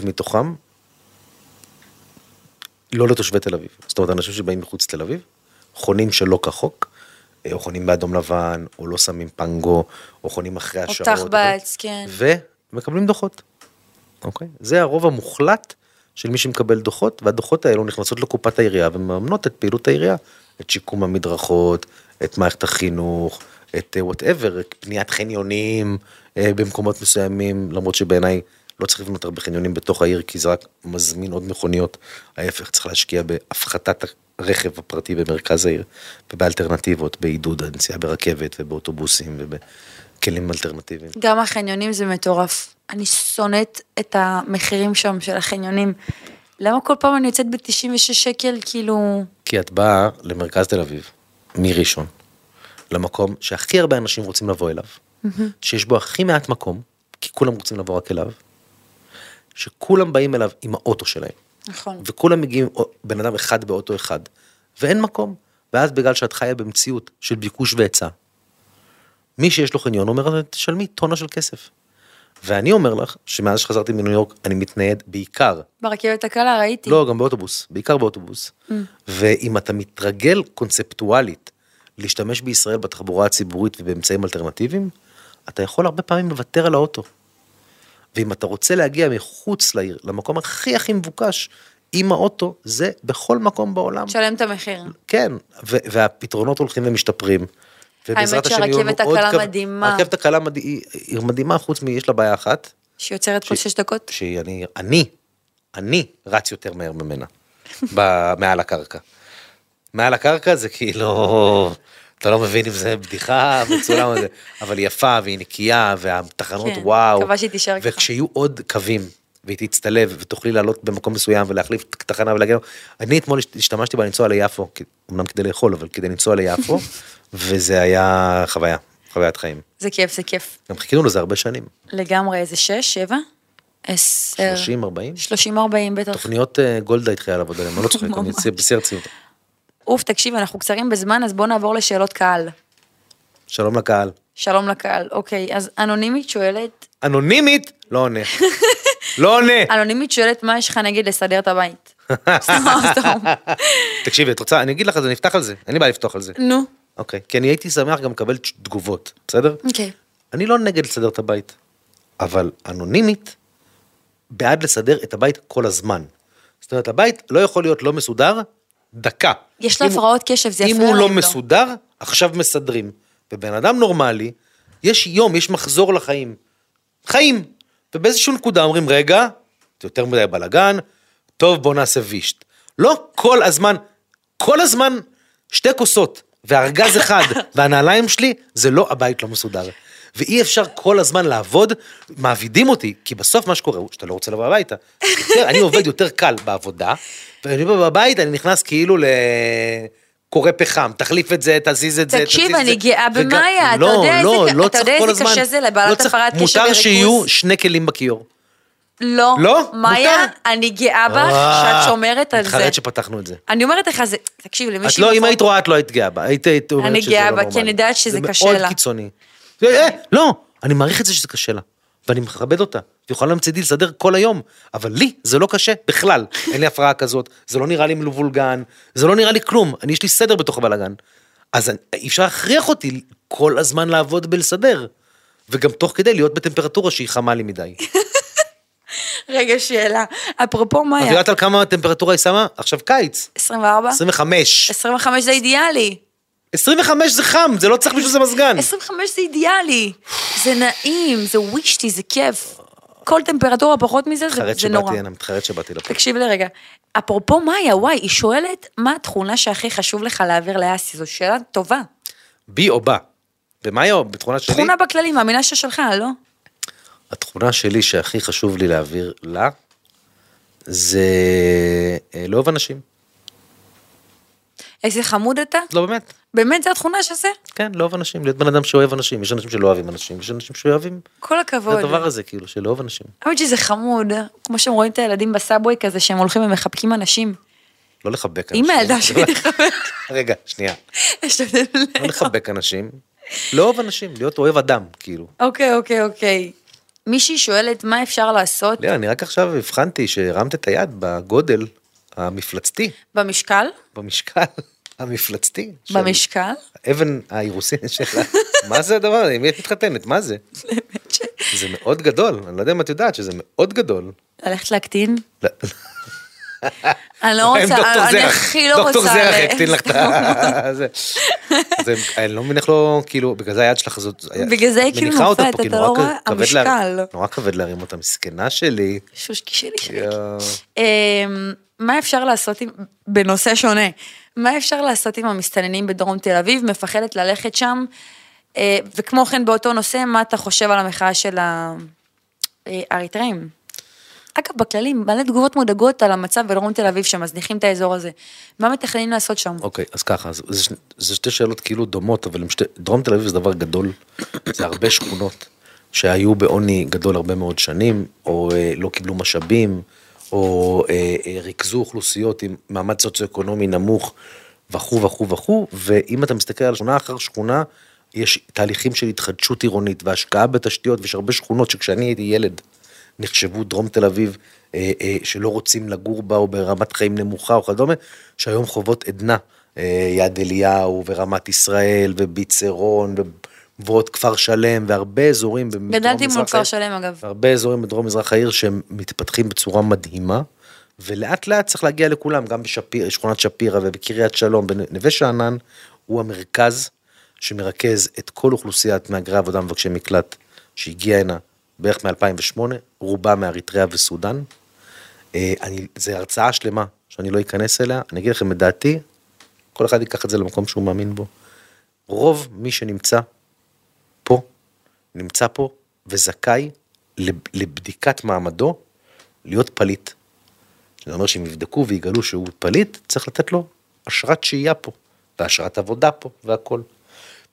S3: מתוכם לא לתושבי תל אביב. זאת אומרת, אנשים שבאים מחוץ לתל אביב, חונים שלא כחוק, אה, או חונים באדום לבן, או לא שמים פנגו, או חונים אחרי השעות.
S2: תחב"צ, כן.
S3: ומקבלים דוחות. אוקיי? זה הרוב המוחלט של מי שמקבל דוחות, והדוחות האלו נכנסות לקופת העירייה ומממנות את פעילות העירייה, את שיקום המדרכות, את מערכת החינוך, את וואטאבר, פניית חניונים אה, במקומות מסוימים, למרות שבעיניי לא צריך לבנות הרבה חניונים בתוך העיר, כי זה רק מזמין עוד מכוניות. ההפך, צריך להשקיע בהפחתת הרכב הפרטי במרכז העיר, ובאלטרנטיבות, בעידוד הנסיעה ברכבת ובאוטובוסים ובכלים אלטרנטיביים.
S2: גם החניונים זה מטורף. אני שונאת את המחירים שם של החניונים. למה כל פעם אני יוצאת ב-96 שקל, כאילו...
S3: כי את באה למרכז תל אביב, מראשון, למקום שהכי הרבה אנשים רוצים לבוא אליו, שיש בו הכי מעט מקום, כי כולם רוצים לבוא רק אליו, שכולם באים אליו עם האוטו שלהם.
S2: נכון.
S3: וכולם מגיעים, או- בן אדם אחד באוטו אחד, ואין מקום. ואז בגלל שאת חיה במציאות של ביקוש והיצע, מי שיש לו חניון אומר, תשלמי טונה של כסף. ואני אומר לך, שמאז שחזרתי מניו יורק, אני מתנייד בעיקר
S2: ברכבת הקלה ראיתי.
S3: לא, גם באוטובוס, בעיקר באוטובוס.
S2: Mm.
S3: ואם אתה מתרגל קונספטואלית להשתמש בישראל בתחבורה הציבורית ובאמצעים אלטרנטיביים, אתה יכול הרבה פעמים לוותר על האוטו. ואם אתה רוצה להגיע מחוץ לעיר, למקום הכי הכי מבוקש, עם האוטו, זה בכל מקום בעולם.
S2: תשלם את המחיר.
S3: כן, ו- והפתרונות הולכים ומשתפרים.
S2: האמת
S3: ובעזרת השם יהיו לנו
S2: שהרכבת
S3: עוד
S2: הקלה
S3: קו-
S2: מדהימה.
S3: הרכבת הקלה מדה- היא- היא מדהימה, חוץ מ... יש לה בעיה אחת,
S2: שיוצרת כל
S3: ש-
S2: שש דקות?
S3: שאני, אני, אני רץ יותר מהר ממנה, ב- מעל הקרקע. מעל הקרקע זה כאילו, אתה לא מבין אם זה בדיחה מצולם הזה, אבל היא יפה והיא נקייה והתחנות
S2: כן,
S3: וואו.
S2: מקווה שהיא תישאר ככה.
S3: וכשיהיו עוד קווים והיא תצטלב ותוכלי לעלות במקום מסוים ולהחליף תחנה ולהגיע, אני אתמול השתמשתי בה לנסוע ליפו, כי- אמנם כדי לאכול אבל כדי לנסוע ליפו, וזה היה חוויה, חוויית חיים.
S2: זה כיף, זה כיף.
S3: גם חיכינו לזה הרבה שנים,
S2: לגמרי, איזה שש, שבע? עשר.
S3: 30, 40.
S2: שלושים, ארבעים בטח.
S3: תוכניות אה, גולדה התחילה לעבוד עליהן, אני לא צוחק, אני
S2: ממש.
S3: בשיא- בשיא הרצינות.
S2: אוף, תקשיב, אנחנו קצרים בזמן, אז בואו נעבור לשאלות קהל.
S3: שלום לקהל.
S2: שלום לקהל. אוקיי, אז אנונימית שואלת,
S3: אנונימית, לא עונה. לא עונה.
S2: אנונימית שואלת מה יש לך נגד לסדר את הבית. סתם, סתם.
S3: תקשיבי, את רוצה, אני אגיד לך, אז אני אפתח על זה, אין לי בעיה לפתוח על זה.
S2: נו.
S3: אוקיי, כי אני הייתי שמח גם לקבל תש- תגובות, בסדר?
S2: אוקיי.
S3: אני לא נגד לסדר את הבית, אבל אנונימית, בעד לסדר את הבית כל הזמן. זאת אומרת, הבית לא יכול להיות לא מסודר דקה.
S2: יש לו
S3: אם הוא-
S2: הפרעות קשב, זה יפריע
S3: אם הוא
S2: להם,
S3: לא
S2: לא.
S3: מסודר, עכשיו מסדרים. ובן אדם נורמלי, יש יום, יש מחזור לחיים. חיים. ובאיזשהו נקודה אומרים, רגע, זה יותר מדי בלאגן, טוב, בוא נעשה וישט. לא כל הזמן, כל הזמן שתי כוסות, וארגז אחד, והנעליים שלי, זה לא, הבית לא מסודר. ואי אפשר כל הזמן לעבוד, מעבידים אותי, כי בסוף מה שקורה הוא שאתה לא רוצה לבוא הביתה. יותר, אני עובד יותר קל בעבודה, ואני בא בבית, אני נכנס כאילו ל... קורא פחם, תחליף את זה, תזיז את זה,
S2: תקשיב,
S3: תזיז את
S2: אני
S3: זה.
S2: גאה
S3: וגם-
S2: במאיה, אתה
S3: לא,
S2: יודע איזה
S3: לא,
S2: ק-
S3: לא
S2: אתה
S3: צריך
S2: יודע
S3: כל
S2: איזה
S3: הזמן.
S2: קשה זה לבעלת
S3: לא צריך-
S2: הפרעת קשב
S3: מותר
S2: וריכוז.
S3: שיהיו שני כלים בכיור.
S2: לא.
S3: לא?
S2: מאיה,
S3: מותר.
S2: אני גאה בך
S3: אה,
S2: שאת שומרת על זה.
S3: מתחרט שפתחנו את זה.
S2: אני אומרת לך, זה, תקשיב, למי
S3: את לא,
S2: שהיא
S3: אם היית
S2: מפרעות-
S3: רואה, את לא היית גאה בה. היית היית אומרת
S2: אני
S3: שזה
S2: גאה
S3: לא
S2: בה, כי
S3: נורמלי.
S2: אני יודעת שזה קשה
S3: זה
S2: לה.
S3: מאוד קיצוני. זה- אה, לא, אני מעריך את זה שזה קשה לה, ואני מכבד אותה. את יכולה מצידי לסדר כל היום, אבל לי זה לא קשה בכלל. אין לי הפרעה כזאת, זה לא נראה לי מבולגן, זה לא נראה לי כלום, אני, יש לי סדר בתוך הבלאגן. אז אני- אי אפשר להכריח אותי כל הזמן לעבוד בלסדר. וגם תוך כדי להיות בטמפרטורה שהיא חמה לי מדי.
S2: רגע, שאלה. אפרופו
S3: את
S2: מאיה,
S3: יודעת על כמה טמפרטורה היא שמה? עכשיו קיץ,
S2: אה? 24?
S3: 25.
S2: 25 זה אידיאלי.
S3: 25 זה חם, זה לא צריך בשביל זה מזגן.
S2: 25 זה אידיאלי. זה נעים, זה ווישטי, זה כיף. כל טמפרטורה פחות מזה, זה,
S3: מתחרט
S2: זה נורא.
S3: שבאתי הנה, מתחרט שבאתי לפה.
S2: תקשיב לי רגע. אפרופו מאיה, וואי, היא שואלת, מה התכונה שהכי חשוב לך להעביר לאסי? זו שאלה טובה.
S3: בי או בה? במאיה או בתכונה שלי?
S2: תכונה בכללי, מאמינה ששלך, לא?
S3: התכונה שלי שהכי חשוב לי להעביר לה, זה אה, לאהוב אנשים.
S2: איזה חמוד אתה.
S3: לא באמת,
S2: באמת, זו התכונה שזה?
S3: כן, לאהוב אנשים, להיות בן אדם שאוהב אנשים. יש אנשים שלא אוהבים אנשים, יש אנשים שאוהבים
S2: כל
S3: את
S2: הכבוד.
S3: הדבר הזה, כאילו, של לאהוב אנשים.
S2: האמת שזה חמוד, כמו שהם רואים את הילדים בסאבווי כזה, שהם הולכים ומחבקים אנשים.
S3: לא לחבק אנשים.
S2: אם הילדה שלי תחבק,
S3: רגע, שנייה.
S2: יש לה דלת.
S3: לא לחבק אנשים, לאהוב אנשים, להיות אוהב אדם, כאילו.
S2: אוקיי, אוקיי, אוקיי. מישהי שואלת, מה אפשר לעשות
S3: לאה, לא, אני רק עכשיו הבחנתי שהרמת את היד בגודל המפלצתי,
S2: במשקל?
S3: במשקל המפלצתי. של-
S2: במשקל?
S3: אבן האירוסין שלה, מה זה הדבר הזה? עם מי את מתחתנת? מה זה?
S2: באמת ש...
S3: זה מאוד גדול, אני לא יודע אם את יודעת שזה מאוד גדול.
S2: ללכת להקטין?
S3: לא.
S2: אני לא רוצה,
S3: דוקטור
S2: אני- אני
S3: זרח-
S2: הכי לא רוצה...
S3: דוקטור זרח
S2: ל-
S3: יקטין לך את ה... זה. זה- אני לא מבין איך לא, כאילו, בגלל זה היד שלך הזאת...
S2: בגלל זה היא
S3: מניחה
S2: כאילו
S3: אותה
S2: מופת,
S3: פה, כי
S2: אתה
S3: נורא
S2: לא
S3: כ-
S2: רואה?
S3: כבד לה-
S2: המשקל. כן.
S3: נורא כבד להרים אותה, מסכנה שלי.
S2: שושקי שלי שלי.
S3: יואו.
S2: אמ, מה אפשר לעשות עם, בנושא שונה, מה אפשר לעשות עם המסתננים בדרום תל אביב, מפחדת ללכת שם, אה, וכמו כן באותו נושא, מה אתה חושב על המחאה של ה- אה, האריתראים? אגב, בכללי, מלא תגובות מודאגות על המצב בדרום תל אביב, שמזניחים את האזור הזה. מה מתכננים לעשות שם?
S3: אוקיי, אז ככה, אז זה, שני- זה שתי שאלות כאילו דומות, אבל הם שתי, דרום תל אביב זה דבר גדול, זה הרבה שכונות שהיו בעוני גדול הרבה מאוד שנים, או אה, לא קיבלו משאבים, או אה, אה, ריכזו אוכלוסיות עם מעמד סוציו-אקונומי נמוך, וכו' וכו' וכו', ואם אתה מסתכל על שכונה אחר שכונה, יש תהליכים של התחדשות עירונית והשקעה בתשתיות, ויש הרבה שכונות שכשאני הייתי ילד, נחשבו דרום תל אביב, אה, אה, שלא רוצים לגור בה או ברמת חיים נמוכה או כדומה, שהיום חוות עדנה, אה, יד אליהו ורמת ישראל וביצרון ו- ועוד כפר שלם והרבה אזורים. בדרום
S2: גדלתי מול
S3: מזרח
S2: כפר
S3: העיר-
S2: שלם, אגב.
S3: והרבה אזורים בדרום מזרח העיר שהם מתפתחים בצורה מדהימה, ולאט לאט צריך להגיע לכולם, גם בשפיר, שכונת שפירא ובקריית שלום, בנווה שאנן, הוא המרכז שמרכז את כל אוכלוסיית מהגרי עבודה מבקשי מקלט שהגיעה הנה בערך מ-2008, רובה מאריתריאה וסודאן. אה, אני, זו הרצאה שלמה שאני לא אכנס אליה, אני אגיד לכם את דעתי, כל אחד ייקח את זה למקום שהוא מאמין בו. רוב מי שנמצא פה, נמצא פה וזכאי לב- לבדיקת מעמדו להיות פליט. זה אומר שאם יבדקו ויגלו שהוא פליט, צריך לתת לו אשרת שהייה פה, ואשרת עבודה פה, והכול.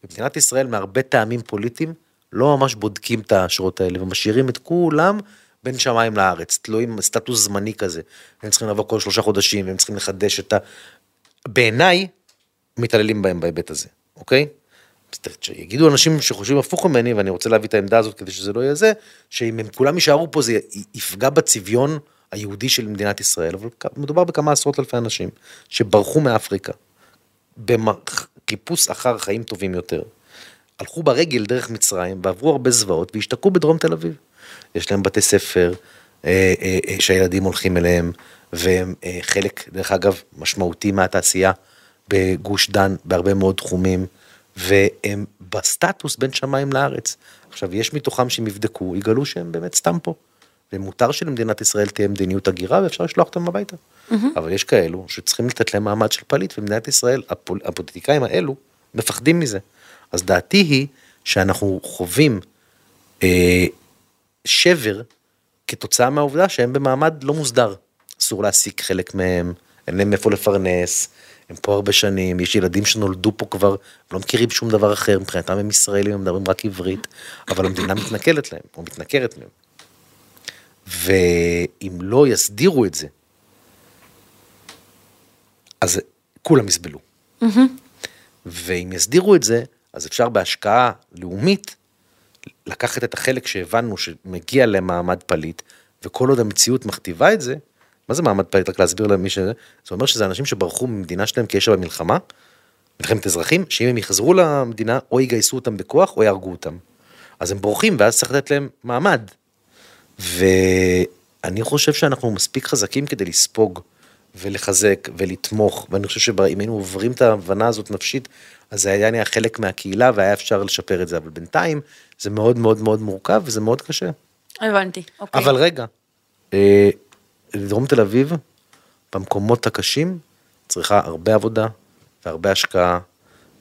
S3: במדינת ישראל, מהרבה טעמים פוליטיים, לא ממש בודקים את האשרות האלה, ומשאירים את כולם בין שמיים לארץ, תלויים סטטוס זמני כזה. הם צריכים לבוא כל שלושה חודשים, והם צריכים לחדש את ה... בעיניי, מתעללים בהם בהיבט הזה, אוקיי? אז ת- יגידו אנשים שחושבים הפוך ממני, ואני רוצה להביא את העמדה הזאת כדי שזה לא יהיה זה, שאם הם כולם יישארו פה זה י- יפגע בצביון היהודי של מדינת ישראל, אבל כ- מדובר בכמה עשרות אלפי אנשים שברחו מאפריקה, בחיפוש אחר חיים טובים יותר. הלכו ברגל דרך מצרים ועברו הרבה זוועות והשתקעו בדרום תל אביב. יש להם בתי ספר אה, אה, אה, שהילדים הולכים אליהם, והם אה, חלק, דרך אגב, משמעותי מהתעשייה בגוש דן בהרבה מאוד תחומים, והם בסטטוס בין שמיים לארץ. עכשיו, יש מתוכם שהם יבדקו, יגלו שהם באמת סתם פה. ומותר שלמדינת ישראל תהיה מדיניות הגירה ואפשר לשלוח אותם הביתה. Mm-hmm. אבל יש כאלו שצריכים לתת להם מעמד של פליט, ומדינת ישראל, הפול, הפוליטיקאים האלו, מפחדים מזה. אז דעתי היא שאנחנו חווים אה, שבר כתוצאה מהעובדה שהם במעמד לא מוסדר. אסור להעסיק חלק מהם, אין להם איפה לפרנס, הם פה הרבה שנים, יש ילדים שנולדו פה כבר, לא מכירים שום דבר אחר, מבחינתם הם ישראלים, הם מדברים רק עברית, אבל המדינה מתנכלת להם, או מתנכרת מהם. ואם לא יסדירו את זה, אז כולם יסבלו. ואם יסדירו את זה, אז אפשר בהשקעה לאומית לקחת את החלק שהבנו שמגיע למעמד פליט, וכל עוד המציאות מכתיבה את זה, מה זה מעמד פליט? רק להסביר למי שזה, זה אומר שזה אנשים שברחו ממדינה שלהם כי יש שם מלחמה, מלחמת אזרחים, שאם הם יחזרו למדינה, או יגייסו אותם בכוח, או יהרגו אותם. אז הם בורחים, ואז צריך לתת להם מעמד. ואני חושב שאנחנו מספיק חזקים כדי לספוג ולחזק ולתמוך, ואני חושב שאם היינו עוברים את ההבנה הזאת נפשית, אז זה היה נהיה חלק מהקהילה והיה אפשר לשפר את זה, אבל בינתיים זה מאוד מאוד מאוד מורכב וזה מאוד קשה.
S2: הבנתי, אוקיי.
S3: אבל רגע, אה, דרום תל אביב, במקומות הקשים, צריכה הרבה עבודה והרבה השקעה,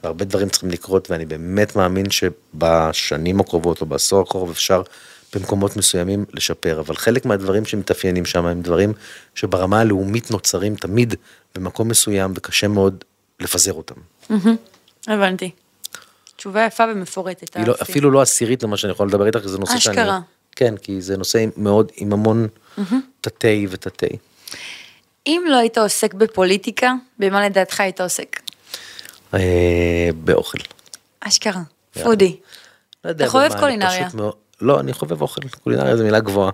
S3: והרבה דברים צריכים לקרות, ואני באמת מאמין שבשנים הקרובות או בעשור הקרוב אפשר במקומות מסוימים לשפר, אבל חלק מהדברים שמתאפיינים שם הם דברים שברמה הלאומית נוצרים תמיד במקום מסוים וקשה מאוד לפזר אותם.
S2: הבנתי. תשובה יפה ומפורטת.
S3: היא לא,
S2: אהבתי.
S3: אפילו לא עשירית למה שאני יכול לדבר איתך, כי זה נושא שאני...
S2: אשכרה.
S3: כן, כי זה נושא עם- מאוד, עם המון תתי ותתי.
S2: אם לא היית עוסק בפוליטיקה, במה לדעתך היית עוסק?
S3: אה, באוכל.
S2: אשכרה, פודי.
S3: לא יודע
S2: אתה חובב
S3: במה, אני
S2: קולינריה.
S3: פשוט מאוד- לא, אני חובב אוכל, קולינריה זו מילה גבוהה.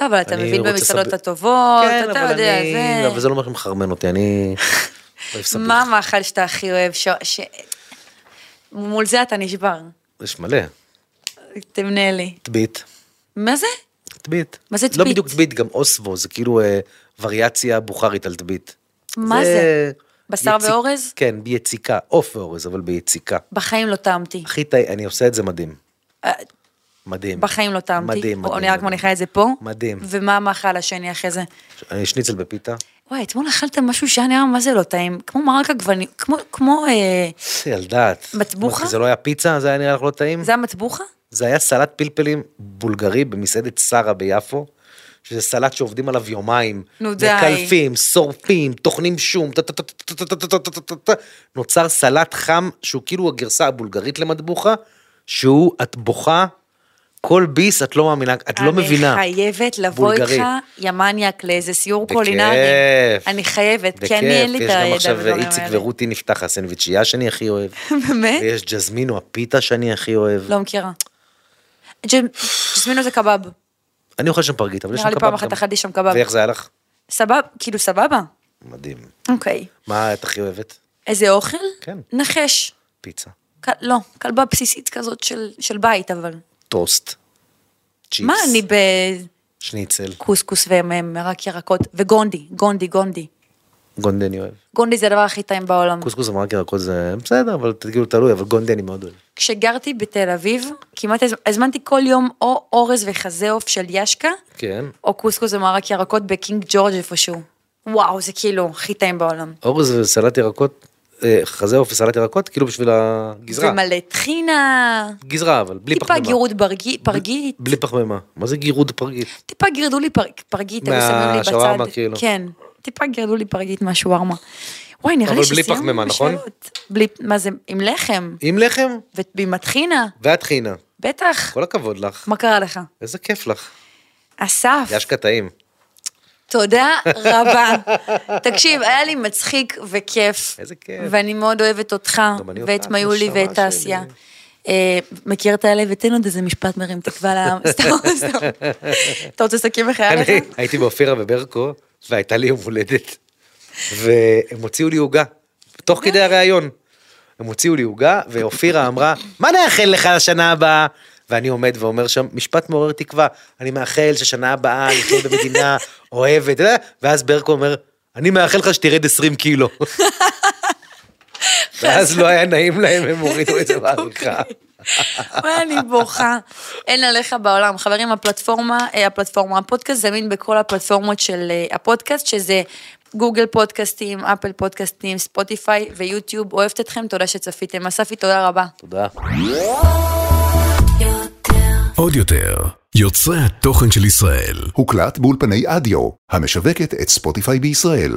S2: לא, אבל אתה
S3: אני
S2: מבין
S3: רוצה
S2: במסעדות
S3: לסב-
S2: הטובות,
S3: כן,
S2: אתה
S3: אבל
S2: יודע,
S3: אני-
S2: זה...
S3: אבל זה לא מה שמחרמן אותי, אני... אוהב סביר.
S2: מה המאכל שאתה הכי אוהב, ש... ש... מול זה אתה נשבר.
S3: יש מלא.
S2: תמנה לי.
S3: טבית.
S2: מה זה?
S3: טבית.
S2: מה זה
S3: לא
S2: טבית?
S3: בדיוק טבית, גם אוסבו, זה כאילו אה, וריאציה בוכרית על טבית.
S2: מה זה? בשר
S3: יציק-
S2: ואורז?
S3: כן, ביציקה, עוף ואורז, אבל ביציקה.
S2: בחיים לא טעמתי.
S3: הכי טעי, אני עושה את זה מדהים.
S2: אה,
S3: מדהים.
S2: בחיים לא טעמתי.
S3: מדהים,
S2: או-
S3: מדהים.
S2: אני רק
S3: מדהים.
S2: מניחה את זה פה.
S3: מדהים.
S2: ומה המאכל השני אחרי זה?
S3: אני אה, שניצל בפיתה.
S2: וואי, אתמול אכלת משהו שהיה נראה מה זה לא טעים. כמו מרק עגבני, כמו... כמו אה,
S3: ילדה, את...
S2: מטבוחה?
S3: זה לא היה פיצה, זה היה נראה לך לא טעים?
S2: זה המטבוחה?
S3: זה היה סלט פלפלים בולגרי במסעדת שרה ביפו, שזה סלט שעובדים עליו יומיים.
S2: נו, די.
S3: מקלפים, שורפים, טוחנים שום, טה, טה, טה, טה, טה, טה, טה, טה, טה, טה, טה. נוצר סלט חם שהוא כאילו הגרסה הבולגרית למטבוחה, שהוא, את בוכה, כל ביס את לא מאמינה, את לא מבינה.
S2: אני חייבת לבוא
S3: בולגרי.
S2: איתך, יא מניאק, לאיזה סיור
S3: בכיף.
S2: קולינרי. אני חייבת, כי אני אין לי את
S3: בכיף, יש גם
S2: הידע
S3: עכשיו אה,
S2: בדברים
S3: איציק
S2: האלה.
S3: ורותי נפתח הסנדוויצ'ייה שאני הכי אוהב.
S2: באמת?
S3: ויש ג'זמינו הפיתה שאני הכי אוהב.
S2: לא מכירה. ג'מ- ג'זמינו זה קבב.
S3: אני אוכל שם פרגית, אבל יש שם
S2: נראה
S3: קבב.
S2: לי פעם אחת
S3: גם.
S2: אכלתי שם קבב.
S3: ואיך זה היה לך?
S2: סבבה, כאילו סבבה.
S3: מדהים.
S2: אוקיי.
S3: מה את הכי אוהבת?
S2: איזה אוכל?
S3: כן.
S2: נחש.
S3: פיצה.
S2: ק- לא, כלבה בסיסית כזאת של- של בית, אבל.
S3: טוסט. צ'יפס.
S2: מה, אני בקוסקוס
S3: שניצל.
S2: ומרק ירקות, וגונדי, גונדי, גונדי.
S3: גונדה אני אוהב.
S2: גונדי זה הדבר הכי טעים בעולם.
S3: קוסקוס ומרק ירקות זה בסדר, אבל כאילו תלוי, אבל גונדה אני מאוד אוהב.
S2: כשגרתי בתל אביב, כמעט הז- הזמנתי כל יום או אורז וחזה עוף של ישקה,
S3: כן.
S2: או קוסקוס ומרק ירקות בקינג ג'ורג' איפשהו. וואו, זה כאילו הכי טעים בעולם.
S3: אורז וסלט ירקות, אה, חזה עוף וסלט ירקות, כאילו בשביל הגזרה.
S2: ומלא טחינה,
S3: גזרה, אבל בלי
S2: טיפה
S3: פחמימה.
S2: גירוד ברג- פרגית,
S3: בלי פחמימה. מה זה גירוד פרגית?
S2: טיפה גירדו לי פר- פרגית, היו שמים לי בצד.
S3: מהשווארמה, כאילו.
S2: כן, טיפה גירדו לי פרגית מהשווארמה. וואי, נראה
S3: אבל
S2: לי
S3: בלי פחמימה, נכון?
S2: בשאלות. בלי, מה זה, עם לחם,
S3: עם לחם
S2: ועם הטחינה,
S3: והטחינה.
S2: בטח.
S3: כל הכבוד לך.
S2: מה קרה לך?
S3: איזה כיף לך.
S2: אסף.
S3: יש קטעים.
S2: תודה רבה. תקשיב, היה לי מצחיק וכיף.
S3: איזה כיף.
S2: ואני מאוד אוהבת אותך,
S3: גם אני
S2: ואת
S3: אותך,
S2: מיולי
S3: נשמה
S2: ואת
S3: שלי.
S2: העשייה. אה, מכיר את האלה ותן עוד איזה משפט מרים תקווה לעם, סתם, סתם. אתה רוצה לסכם איך היה לך?
S3: אני הייתי באופירה וברקו, והייתה לי יום הולדת, והם הוציאו לי עוגה, תוך כדי הריאיון. הם הוציאו לי עוגה, ואופירה אמרה, מה נאחל לך לשנה הבאה? ואני עומד ואומר שם משפט מעורר תקווה, אני מאחל ששנה הבאה נחיה במדינה אוהבת, אתה יודע? ואז ברקו אומר, אני מאחל לך שתרד 20 קילו. ואז לא היה נעים להם, הם הורידו את זה
S2: אוקיי.
S3: בעריכה.
S2: וואי, אני בוכה. אין עליך בעולם. חברים, הפלטפורמה, אה, הפלטפורמה, הפודקאסט זמין בכל הפלטפורמות של אה, הפודקאסט, שזה גוגל פודקאסטים, אפל פודקאסטים, ספוטיפיי ויוטיוב. אוהבת אתכם, תודה שצפיתם. אספי, תודה רבה.
S3: תודה.
S1: עוד יותר, יוצרי התוכן של ישראל.
S4: הוקלט באולפני אדיו, המשווקת את ספוטיפיי בישראל.